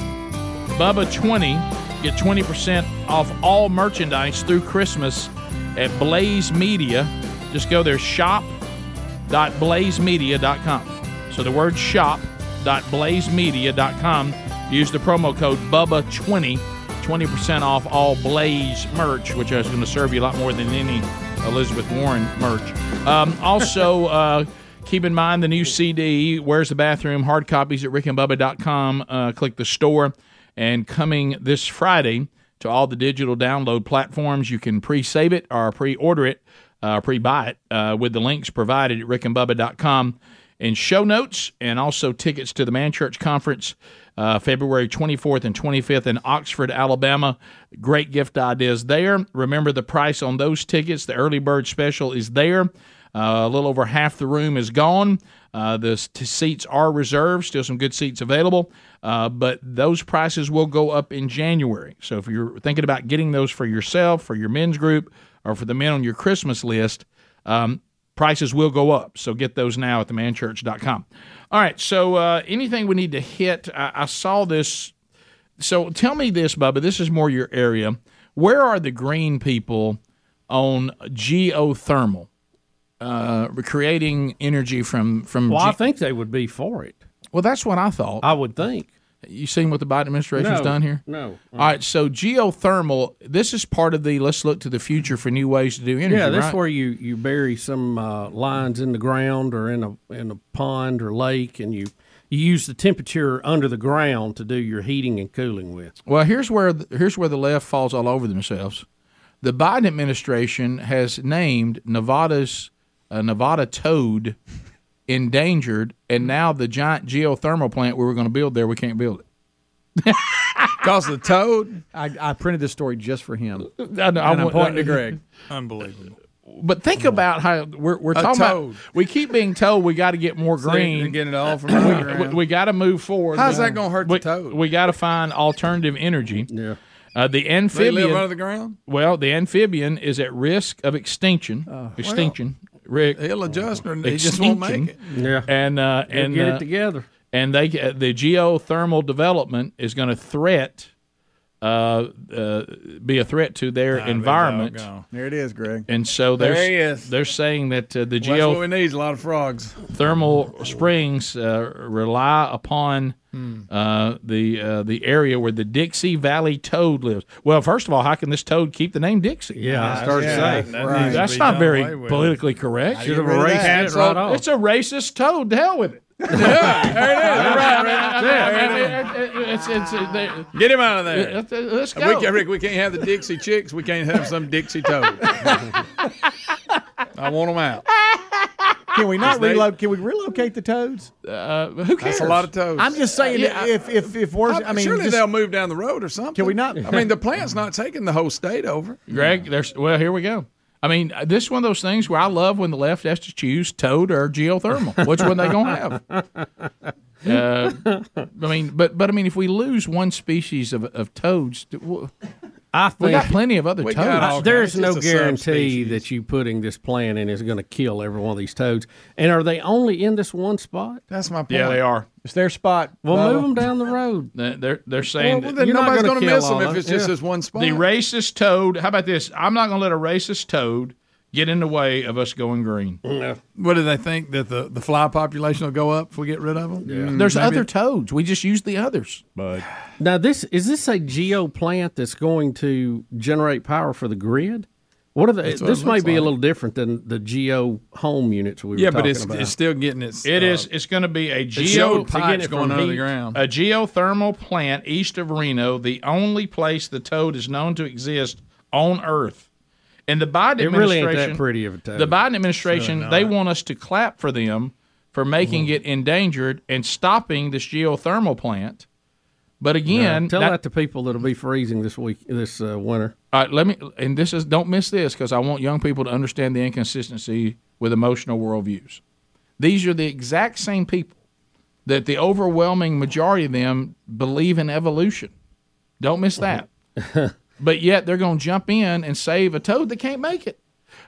Speaker 1: Bubba20. Get 20% off all merchandise through Christmas at Blaze Media. Just go there, shop.blazemedia.com. So the word shop.blazemedia.com. Use the promo code Bubba20. 20% off all Blaze merch, which is going to serve you a lot more than any Elizabeth Warren merch. Um, also, uh, keep in mind the new CD, Where's the Bathroom? Hard copies at rickandbubba.com. Uh, click the store and coming this Friday to all the digital download platforms. You can pre save it or pre order it, uh, pre buy it uh, with the links provided at rickandbubba.com. and show notes, and also tickets to the Man Church Conference, uh, February 24th and 25th in Oxford, Alabama. Great gift ideas there. Remember the price on those tickets. The early bird special is there. Uh, a little over half the room is gone. Uh, the s- t- seats are reserved, still some good seats available, uh, but those prices will go up in January. So if you're thinking about getting those for yourself, for your men's group, or for the men on your Christmas list, um, prices will go up. So get those now at themanchurch.com. All right, so uh, anything we need to hit? I, I saw this. So tell me this, Bubba, this is more your area. Where are the green people on geothermal? uh, creating energy from from.
Speaker 2: Well, I
Speaker 1: I
Speaker 2: think they would be for it.
Speaker 1: well, that's what I thought.
Speaker 2: I would think.
Speaker 1: You seen what the Biden administration's
Speaker 2: No,
Speaker 1: done here?
Speaker 2: no.
Speaker 1: All right. So geothermal. This is part of the let's look to the future for new ways to do energy.
Speaker 2: yeah, that's
Speaker 1: right?
Speaker 2: where you, you bury some uh, lines in the ground or in a in a pond or lake, and you you use the temperature under the ground to do your heating and cooling with.
Speaker 1: Well, here's where the, here's where the left falls all over themselves. The Biden administration has named Nevada's uh, Nevada toad endangered, and now the giant geothermal plant we were going to build there, we can't build it. Because the toad?
Speaker 3: I, I printed this story just for him.
Speaker 1: I know, I want-
Speaker 4: Unbelievable.
Speaker 1: But think about how we're, we're
Speaker 4: A
Speaker 1: talking
Speaker 4: toad.
Speaker 1: about. We keep being told we got to get more
Speaker 4: See,
Speaker 1: green.
Speaker 4: they're getting it all from
Speaker 1: we, we got to move forward.
Speaker 4: How's that gonna hurt the
Speaker 1: we,
Speaker 4: toad?
Speaker 1: We got to find alternative energy.
Speaker 2: Yeah.
Speaker 1: Uh, the
Speaker 4: They
Speaker 1: amphibian.
Speaker 4: live under the ground.
Speaker 1: Well, the amphibian is at risk of extinction. extinction. Rick.
Speaker 4: He'll adjust, or he Oh, just won't make it.
Speaker 2: Yeah.
Speaker 1: And uh,
Speaker 2: They'll
Speaker 1: and
Speaker 2: get
Speaker 1: uh,
Speaker 2: it together.
Speaker 1: And they uh, the geothermal development is going to threat. Uh, uh, be a threat to their environment,
Speaker 3: There it is, Greg.
Speaker 1: and so
Speaker 4: Ah, There
Speaker 1: they're
Speaker 4: he is.
Speaker 1: they're saying that uh, the
Speaker 4: Well, that's
Speaker 1: geo
Speaker 4: what we need. is A lot of frogs.
Speaker 1: thermal springs uh, rely upon
Speaker 4: Hmm.
Speaker 1: uh, the uh, the area where the Dixie Valley toad lives. Well, first of all, how can this toad keep the name Dixie?
Speaker 2: Yeah, I was starting to Yeah, say. that needs to
Speaker 1: that's
Speaker 2: be
Speaker 1: not
Speaker 2: done
Speaker 1: very
Speaker 2: away with.
Speaker 1: politically correct.
Speaker 2: How do you Should've get rid of erased that? it
Speaker 1: It's
Speaker 2: right
Speaker 1: a-
Speaker 2: off.
Speaker 1: It's a racist toad. To hell with it. yeah, there it is. It's, it's,
Speaker 4: Get him out of there.
Speaker 1: Let's- let's
Speaker 4: We
Speaker 1: go.
Speaker 4: can't, Rick, we can't have the Dixie chicks. We can't have some Dixie toad. I want them out.
Speaker 3: Can we
Speaker 4: Is
Speaker 3: not
Speaker 4: they-
Speaker 3: relocate? Can we relocate the toads?
Speaker 1: Uh, who
Speaker 4: That's a lot of toads.
Speaker 3: I'm just saying,
Speaker 4: Yeah, I-
Speaker 3: if if if we're, I, mean,
Speaker 4: surely
Speaker 3: just-
Speaker 4: they'll move down the road or something.
Speaker 3: Can we not-
Speaker 4: I mean, the plant's not taking the whole state over.
Speaker 1: Greg, there's well, here we go. I mean, uh, this is one of those things where I love when the left has to choose toad or geothermal. Which one they gonna (laughs) have? Uh, I mean, but but I mean, if we lose one species of, of toads, do- w-
Speaker 2: I
Speaker 1: we got
Speaker 2: (laughs) think-
Speaker 1: plenty of other toads.
Speaker 2: There's no guarantee that you putting this plant in is going to kill every one of these toads. And are they only in this one spot?
Speaker 4: That's my
Speaker 1: Yeah, they are.
Speaker 3: It's their spot.
Speaker 2: Well,
Speaker 1: Bubba.
Speaker 2: move them down the road.
Speaker 1: They're- They're they're saying
Speaker 2: Well,
Speaker 1: that-
Speaker 2: then You're not nobody's gonna gonna miss kill 'em all
Speaker 4: if of it's them. just Yeah. this one spot.
Speaker 1: The racist toad. How about this? I'm not gonna let a racist toad get in the way of us going green.
Speaker 2: Mm,
Speaker 4: What do they think that the, the fly population will go up if we get rid of them?
Speaker 1: There's other toads. We just use the others.
Speaker 2: But now this is this a geo plant that's going to generate power for the grid? What are the?
Speaker 4: That's what
Speaker 2: this
Speaker 4: it
Speaker 2: may
Speaker 4: looks
Speaker 2: be a
Speaker 4: like.
Speaker 2: little different than the geo home units we were
Speaker 4: yeah,
Speaker 2: talking
Speaker 4: but it's
Speaker 2: about.
Speaker 4: it's still getting its. uh,
Speaker 1: It is. It's going to be a
Speaker 4: It's
Speaker 1: geo
Speaker 4: showed pipes going under the ground.
Speaker 1: A geothermal plant east of Reno, the only place the toad is known to exist on Earth. And the Biden
Speaker 2: It really ain't
Speaker 1: administration,
Speaker 2: that pretty of a toad.
Speaker 1: the Biden administration,
Speaker 2: It's really
Speaker 1: they want us to clap for them for making
Speaker 2: Mm-hmm.
Speaker 1: it endangered and stopping this geothermal plant. But again,
Speaker 2: No, tell
Speaker 1: that-
Speaker 2: that to people that'll be freezing this week, this uh, winter.
Speaker 1: all right, let me. And this is don't miss this because I want young people to understand the inconsistency with emotional worldviews. These are the exact same people that the overwhelming majority of them believe in evolution. Don't miss
Speaker 2: Mm-hmm.
Speaker 1: that. (laughs) but yet they're going to jump in and save a toad that can't make it.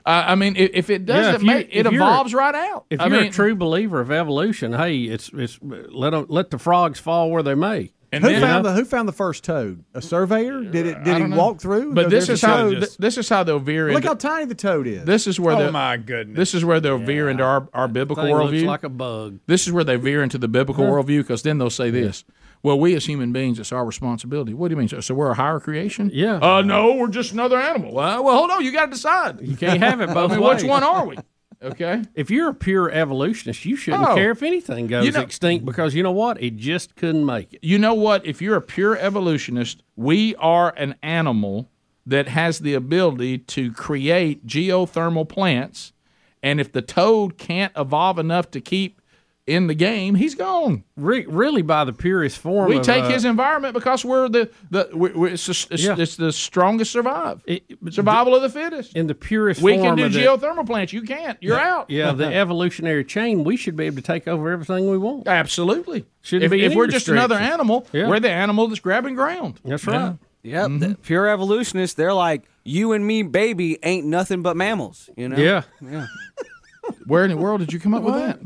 Speaker 1: Uh, I mean, if, if it
Speaker 2: Yeah,
Speaker 1: doesn't
Speaker 2: if you-
Speaker 1: make it,
Speaker 2: if you're-
Speaker 1: evolves right out.
Speaker 2: If
Speaker 1: I
Speaker 2: you're
Speaker 1: mean,
Speaker 2: a true believer of evolution, hey, it's it's let 'em- let the frogs fall where they may.
Speaker 3: who found the who found the first toad? A surveyor? Did it?
Speaker 1: Uh, I
Speaker 3: Did he
Speaker 1: don't know.
Speaker 3: walk through?
Speaker 1: But
Speaker 3: No,
Speaker 1: this
Speaker 3: there's
Speaker 1: is
Speaker 3: a
Speaker 1: how
Speaker 3: toad.
Speaker 1: th- this is how they'll veer.
Speaker 3: Look
Speaker 1: into-
Speaker 3: how tiny the toad is.
Speaker 1: This is where
Speaker 3: Oh,
Speaker 1: the
Speaker 3: my
Speaker 4: goodness.
Speaker 1: This is where they'll veer into our, our biblical
Speaker 2: Thing looks
Speaker 1: worldview.
Speaker 2: like a bug.
Speaker 1: This is where they veer into the biblical
Speaker 2: Uh-huh.
Speaker 1: worldview because then they'll say this. Well, we as human beings, it's our responsibility. What do you mean? So, so we're a higher creation?
Speaker 2: Yeah.
Speaker 1: Uh, no, we're just another animal. Uh, well, hold on. You got to decide. You
Speaker 2: can't have (laughs) it both
Speaker 1: I mean, Which
Speaker 2: ways.
Speaker 1: one are we? Okay.
Speaker 2: If you're a pure evolutionist, you shouldn't
Speaker 1: Oh.
Speaker 2: care if anything goes
Speaker 1: You know-
Speaker 2: extinct because you know what? It just couldn't make it.
Speaker 1: You know what? If you're a pure evolutionist, we are an animal that has the ability to create geothermal plants. And if the toad can't evolve enough to keep in the game, he's gone.
Speaker 2: really, by the purest form.
Speaker 1: We
Speaker 2: of,
Speaker 1: take
Speaker 2: uh,
Speaker 1: his environment because we're the the we we it's, the- it's,
Speaker 2: Yeah.
Speaker 1: it's the strongest survive survival of the fittest.
Speaker 2: In the purest,
Speaker 1: we can
Speaker 2: form
Speaker 1: do
Speaker 2: of the-
Speaker 1: geothermal plants. You can't. You're out.
Speaker 2: (laughs) Yeah,
Speaker 1: (laughs)
Speaker 2: the evolutionary chain. We should be able to take over everything we want.
Speaker 1: Absolutely.
Speaker 2: Shouldn't
Speaker 1: if,
Speaker 2: be.
Speaker 1: if
Speaker 2: any
Speaker 1: we're just another
Speaker 2: restrictions.
Speaker 1: animal,
Speaker 2: Yeah.
Speaker 1: we're the animal that's grabbing ground.
Speaker 2: That's
Speaker 1: Yeah.
Speaker 2: right.
Speaker 7: Yep, the pure evolutionists. They're like, you and me, baby, ain't nothing but mammals. You know?
Speaker 1: Yeah.
Speaker 7: yeah.
Speaker 1: Where in the world did you come up with that?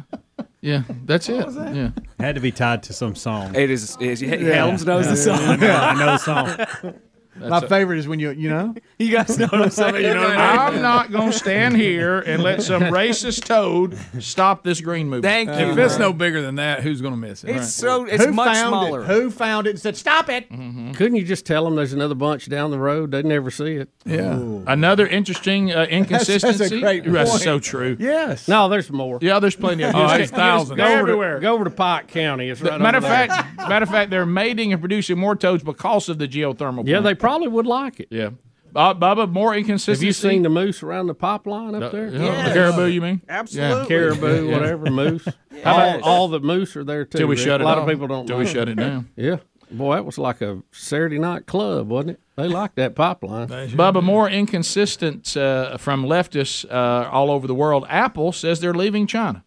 Speaker 1: Yeah, that's it. Yeah.
Speaker 16: Had to be tied to some song.
Speaker 7: It is. It is Helms knows the song.
Speaker 16: I know, I know the song.
Speaker 3: My favorite is when you you know
Speaker 7: you guys know what I'm saying.
Speaker 3: you know what I mean?
Speaker 1: I'm not going to stand here and let
Speaker 2: (laughs)
Speaker 1: some racist toad stop this green movement.
Speaker 4: Thank you. If it's no bigger than that, who's going to miss it?
Speaker 1: (laughs) It's
Speaker 7: so
Speaker 3: Who found it? Who found it and said stop it?
Speaker 2: Couldn't you just tell them there's another bunch down the road? They never see it.
Speaker 1: Yeah. Another interesting
Speaker 2: (laughs)
Speaker 1: uh, inconsistency.
Speaker 2: great point.
Speaker 1: so true.
Speaker 2: Yes. No, there's more.
Speaker 1: Yeah, there's plenty of
Speaker 2: Oh,
Speaker 1: You
Speaker 2: there's
Speaker 1: just- you just
Speaker 2: thousands.
Speaker 1: Go
Speaker 2: Go over to-
Speaker 1: everywhere.
Speaker 2: go over to Pike County. It's right
Speaker 1: matter of
Speaker 2: over there.
Speaker 1: fact, matter of fact, they're mating and producing more toads because of the geothermal.
Speaker 2: Yeah,
Speaker 1: plant.
Speaker 2: they probably would like it.
Speaker 1: Yeah. Bob, Bubba, more
Speaker 2: Have
Speaker 1: inconsistency.
Speaker 2: you seen the moose around the pipeline up
Speaker 1: The-
Speaker 2: there?
Speaker 1: yeah, the Yes. caribou, you mean? Absolutely.
Speaker 2: Yeah. Caribou,
Speaker 1: (laughs) Yeah, yeah.
Speaker 2: whatever, moose.
Speaker 1: Yes.
Speaker 2: All, all the moose are there too.
Speaker 1: Till we
Speaker 2: Rick.
Speaker 1: shut it
Speaker 2: A lot
Speaker 1: off.
Speaker 2: of people don't.
Speaker 1: Till we
Speaker 2: like
Speaker 1: shut it (laughs) down.
Speaker 2: Yeah, boy, that was like a Saturday night club, wasn't it? They liked that pipeline.
Speaker 1: Bubba, more inconsistent uh, from leftists uh, all over the world. Apple says they're leaving China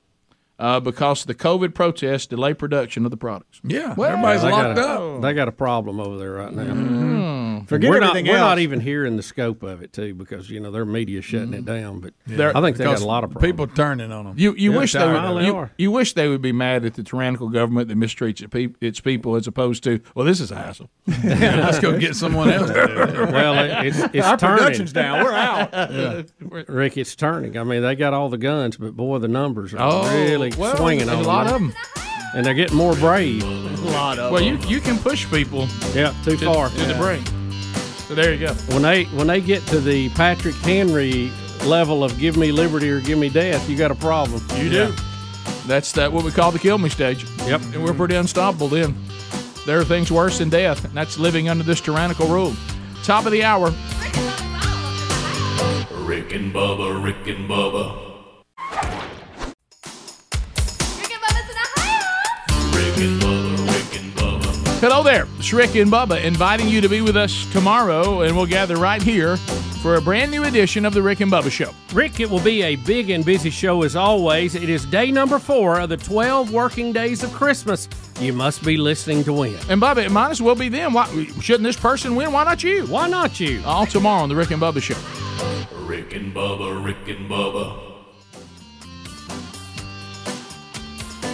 Speaker 1: uh, because the COVID protests delay production of the products.
Speaker 4: Yeah,
Speaker 1: Well,
Speaker 4: everybody's
Speaker 1: they
Speaker 4: locked
Speaker 1: gotta-
Speaker 4: up.
Speaker 2: They got a problem over there right now.
Speaker 1: Mm.
Speaker 2: Forget
Speaker 1: Forget
Speaker 2: we're not,
Speaker 1: everything
Speaker 2: We're
Speaker 1: else.
Speaker 2: not even hearing the scope of it too, because you know their media shutting it down. But
Speaker 1: They're-
Speaker 2: I think they got
Speaker 1: because
Speaker 2: a lot of problems.
Speaker 4: People turning on them.
Speaker 1: You you wish they would,
Speaker 2: Finally
Speaker 1: you,
Speaker 2: are.
Speaker 1: you wish they would be mad at the tyrannical government that mistreats its peop- its people as opposed to well this is a hassle. (laughs)
Speaker 4: (laughs) Let's go get someone else. To do it.
Speaker 2: (laughs) Well, it- it's, it's turning.
Speaker 1: (laughs) Yeah.
Speaker 2: Rick, it's turning. I mean, they got all the guns, but boy, the numbers are
Speaker 1: Oh,
Speaker 2: really
Speaker 1: well,
Speaker 2: swinging
Speaker 1: there's
Speaker 2: on
Speaker 1: a lot of 'em.
Speaker 2: and they're getting more brave.
Speaker 1: A lot of well you you can push people
Speaker 2: yeah too
Speaker 1: to-
Speaker 2: far
Speaker 1: to the brink. So there you go.
Speaker 2: When they when they get to the Patrick Henry level of give me liberty or give me death, you got a problem.
Speaker 1: You do. That's that what we call the kill me stage. Yep. And we're pretty unstoppable then. There are things worse than death, and that's living under this tyrannical rule. Top of the hour.
Speaker 6: Rick and Bubba, Rick and Bubba. Rick and Bubba's in the house. Rick and Bubba, Rick and Bubba.
Speaker 1: Hello there. It's Rick and Bubba inviting you to be with us tomorrow, and we'll gather right here for a brand new edition of the Rick and Bubba Show.
Speaker 2: Rick, it will be a big and busy show as always. It is day number four of the twelve working days of Christmas. You must be listening to win.
Speaker 1: And Bubba, it might as well be them. Why shouldn't this person win? Why not you?
Speaker 2: (laughs) Why not you? Uh,
Speaker 1: All tomorrow on the Rick and Bubba Show.
Speaker 6: Rick and Bubba, Rick and Bubba.